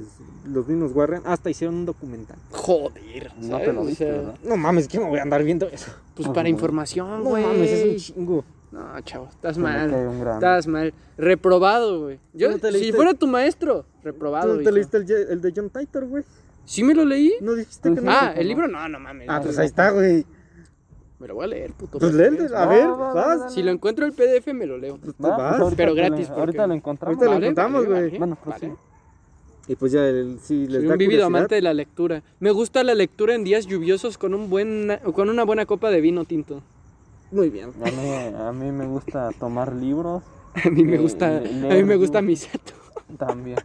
los mismos Warren hasta hicieron un documental. Joder, ¿sabes? No te lo O viste, sea, ¿verdad? No mames, que me voy a andar viendo eso. pues Ajá. para información, No güey. mames, es un chingo. No, chavo, estás Me cae mal. un gran- Estás mal. Reprobado, güey. Yo, ¿Tú no te si leíste? fuera tu maestro, ¿Tú reprobado. no te hijo. leíste el, el de John Titor, güey? ¿Sí me lo leí? ¿No dijiste que no? ah, no. el libro no, no mames. Ah, no, pues no. ahí está, güey. Me lo voy a leer, puto. Pues pero- léelo, a No, ver, no, no, no, vas. no. Si lo encuentro el PDF, me lo leo. Pues te Va, pues vas. ahorita Pero te lo- gratis, porque- Ahorita lo encontramos. Ahorita lo encontramos, güey. Bueno, pues sí. Y pues ya, el, si les Soy da un vivido curiosidad- amante de la lectura. Me gusta la lectura en días lluviosos con, un buen, con una buena copa de vino tinto. Muy bien. A mí, a mí me gusta tomar libros A mí me Eh, gusta, a leer eh. mí me gusta libros. Misato. también.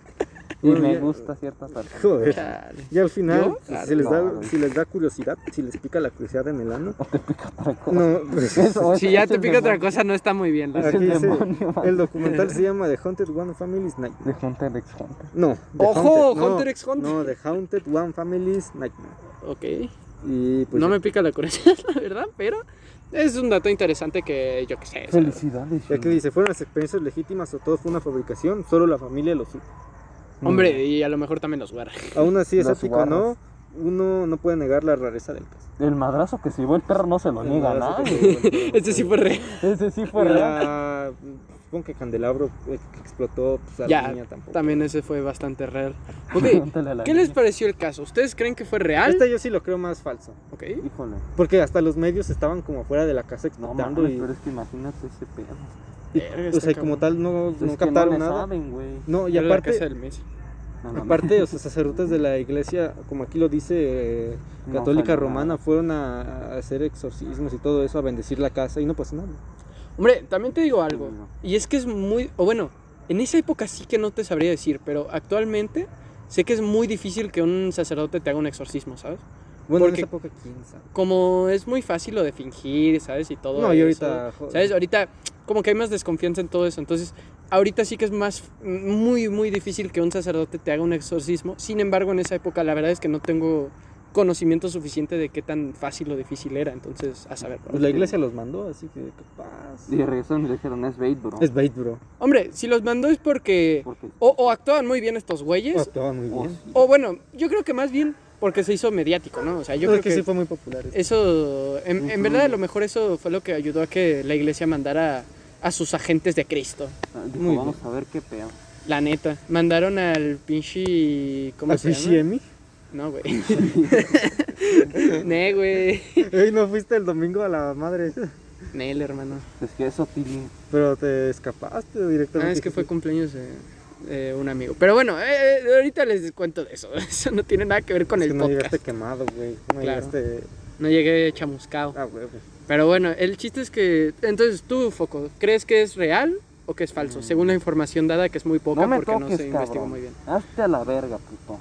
Y Bueno, me ya- gusta cierta parte. Joder. Chale. Y al final, ¿Yo? Ah, si, Claro, si les da, no. si les da curiosidad, si les pica la curiosidad en el ano. Otra cosa. No, pues, Eso, Si eso ya es te el pica otra demonio. cosa, no está muy bien. la aquí verdad. el dice, demonio, man. el documental se llama The Haunted One Family's Night. De Hunter x Hunter. No, The ¡Ojo! Haunted, no, Hunter x Hunter. No, The Haunted One Family's Nightmare. Ok. Y pues no ya, me pica la curiosidad, la verdad, pero es un dato interesante que yo qué sé. o sea, Felicidades. ya que Mm. Jimmy. dice, ¿fueron las experiencias legítimas o todo fue una fabricación? Solo la familia lo supo. hombre, y a lo mejor también los guarda. Aún así, Las escéptico no, uno no puede negar la rareza del caso. El madrazo que se llevó el perro no se lo niega a nadie. Este sí fue re. Ese sí fue real. La- Supongo que Candelabro eh, que explotó, pues a Ya, la niña tampoco. También ese fue bastante real. Ok, Pregúntale a la ¿qué niña. les pareció el caso? ¿Ustedes creen que fue real? Este yo sí lo creo más falso. Ok. Híjole. Porque hasta los medios estaban como afuera de la casa No explotando mames, y, pero es que imagínate ese pedo. Verga, o está sea, y cabrón. como tal no, Es no que captaron no le nada. saben, güey. No, y Era la casa aparte, del Messi. No, no, aparte los sacerdotes de la iglesia, como aquí lo dice eh, no católica salió romana, nada. fueron a, a hacer exorcismos y todo eso, a bendecir la casa y no pasó nada. Hombre, también te digo Sí, algo. no. Y es que es muy. O bueno, en esa época sí que no te sabría decir, pero actualmente sé que es muy difícil que un sacerdote te haga un exorcismo, ¿sabes? Bueno, Porque- en esa época, quién sabe. Como es muy fácil lo de fingir, ¿sabes? Y todo. No, y eso. ahorita, pues, joder. ¿Sabes? Ahorita como que hay más desconfianza en todo eso. Entonces, ahorita sí que es más, muy, muy difícil que un sacerdote te haga un exorcismo. Sin embargo, en esa época la verdad es que no tengo conocimiento suficiente de qué tan fácil o difícil era. Entonces, a saber. Pues la iglesia los mandó, así que capaz. Y regresaron y le dijeron, es bait, bro. Es bait, bro. Hombre, si los mandó es porque Porque o, o actuaban muy bien estos güeyes, Actuaba muy bien. o bueno, yo creo que más bien porque se hizo mediático, ¿no? O sea, yo creo que, sí fue muy popular. eso. eso, en, en verdad a lo mejor eso fue lo que ayudó a que la iglesia mandara a sus agentes de Cristo. Ah, dijo, Muy vamos a ver qué pedo. La neta. Mandaron al pinche. ¿Cómo ¿Al se pinche llama? Emi? No, güey. ne, güey. Ey, no fuiste el domingo a la madre esa. Nel, hermano. Es que eso, Tilly. Pero te escapaste directamente. pues Ah, es que fue cumpleaños de, de un amigo. Pero bueno, eh, eh, ahorita les cuento de eso. Eso no tiene nada que ver con Es el que no podcast. llegaste quemado, güey. Claro. No llegaste. No llegué chamuscado. Ah, güey. güey. Pero bueno, el chiste es que. Entonces, tú, Foco, ¿crees que es real o que es falso? Según la información dada, que es muy poca Mm. No me porque no toques, se investigó cabrón. muy bien. Hazte a la verga, puto.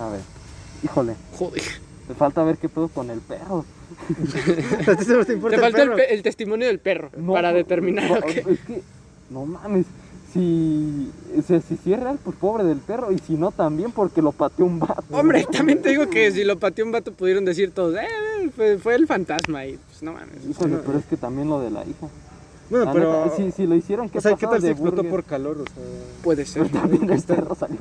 A ver. Híjole, Joder. me falta ver qué pedo con el perro. ¿A ti solo te importa Te falta el, perro? pe- el testimonio del perro No, para no, determinar. no, o qué. Es que, no mames. Si, o sea, si, sí es real, pues pobre del perro. Y si no, también porque lo pateó un vato. Hombre, también te digo que si lo pateó un vato pudieron decir todos, eh, fue, fue el fantasma y pues no mames. Híjole, no. pero es que también lo de la hija. Bueno, La pero. neta, si, si lo hicieron, ¿qué o sea, ¿qué pasaba tal si de explotó burger? por calor? O sea. Puede ser. También el perro salió.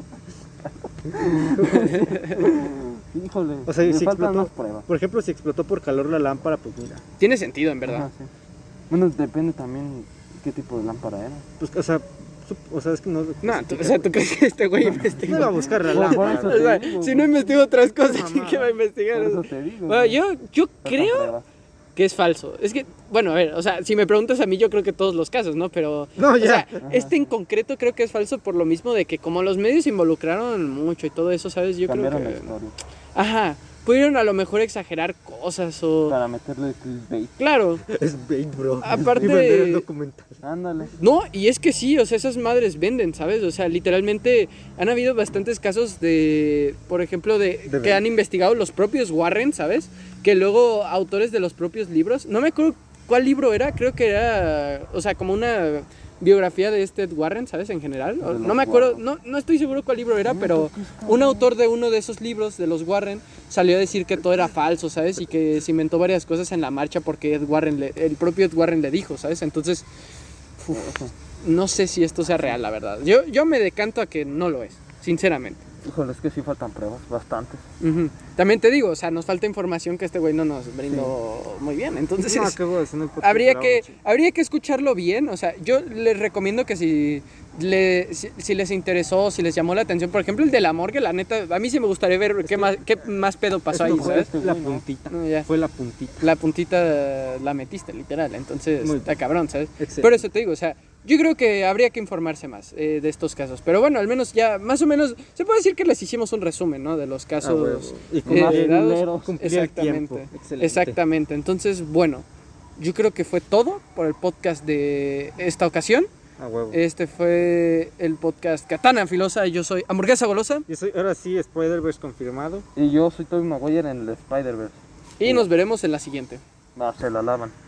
Híjole, O sea, me si faltan explotó- más pruebas. Por ejemplo, si explotó por calor la lámpara, pues mira. Tiene sentido, en Ajá, verdad. sí. Bueno, depende también qué tipo de lámpara era. Pues, o sea, sup- o sea, es que no. No, tú- o sea, ¿tú crees que este güey No iba a investiga? buscar la Por lámpara. eso O sea, te digo, si güey. no investiga otras cosas, Mamá. ¿qué va a pues, Por investigar? eso te digo. Bueno, güey. yo, yo Faltan creo pruebas. que es falso. Es que, bueno, a ver, o sea, si me preguntas a mí, yo creo que todos los casos, ¿no? Pero, No, o sea, ya. este en concreto creo que es falso por lo mismo de que como los medios se involucraron mucho y todo eso, ¿sabes? Yo creo Cambiaron la que... historia Ajá, pudieron a lo mejor exagerar cosas o... para meterle el clickbait. Claro, Es bait, bro. Aparte- Y vender el documental. Ándale. No, y es que sí, o sea, esas madres venden, ¿sabes? O sea, literalmente han habido bastantes casos de, por ejemplo, de, De que venta. han investigado los propios Warren, ¿sabes? Que luego autores de los propios libros, no me acuerdo cuál libro era, creo que era, o sea, como una biografía de este Ed Warren, ¿sabes? En general, O- De los no me acuerdo, Warren. no, no estoy seguro cuál libro era, pero un autor de uno de esos libros de los Warren salió a decir que todo era falso, ¿sabes? Y que se inventó varias cosas en la marcha porque Ed Warren, le- el propio Ed Warren le dijo, ¿sabes? Entonces... uf, no sé si esto sea real, la verdad. Yo, yo me decanto a que no lo es, sinceramente. Híjole, es que sí faltan pruebas, bastantes. Ujú. También te digo, o sea, nos falta información que este güey no nos brindó muy bien. Entonces, No, acabo de hacer un podcast habría, bravo, que, chico. habría que escucharlo bien. O sea, yo les recomiendo que si, le- si, si les interesó, si les llamó la atención, por ejemplo, el de la morgue, la neta, a mí sí me gustaría ver qué más, qué más pedo pasó Esto ahí, fue ¿sabes? La puntita. No, ya. Fue la puntita. La puntita eh, la metiste, literal. Entonces, Muy está cabrón, ¿sabes? Excelente. Por eso te digo, o sea, yo creo que habría que informarse más eh, de estos casos. Pero bueno, al menos ya, más o menos, se puede decir que les hicimos un resumen, ¿no? De los Ah, huevo. casos. Y eh, más cumplí- dados. dinero. cumplí el Exactamente. tiempo. Excelente. Exactamente. Entonces, bueno, yo creo que fue todo por el podcast de esta ocasión. A huevo. Este fue el podcast Katana Filosa. Yo soy Hamburguesa Golosa. Yo soy, ahora sí, Spider-Verse confirmado. Y yo soy Tobey Maguire en el Spider-Verse. Y nos veremos en la siguiente. No, se la lavan.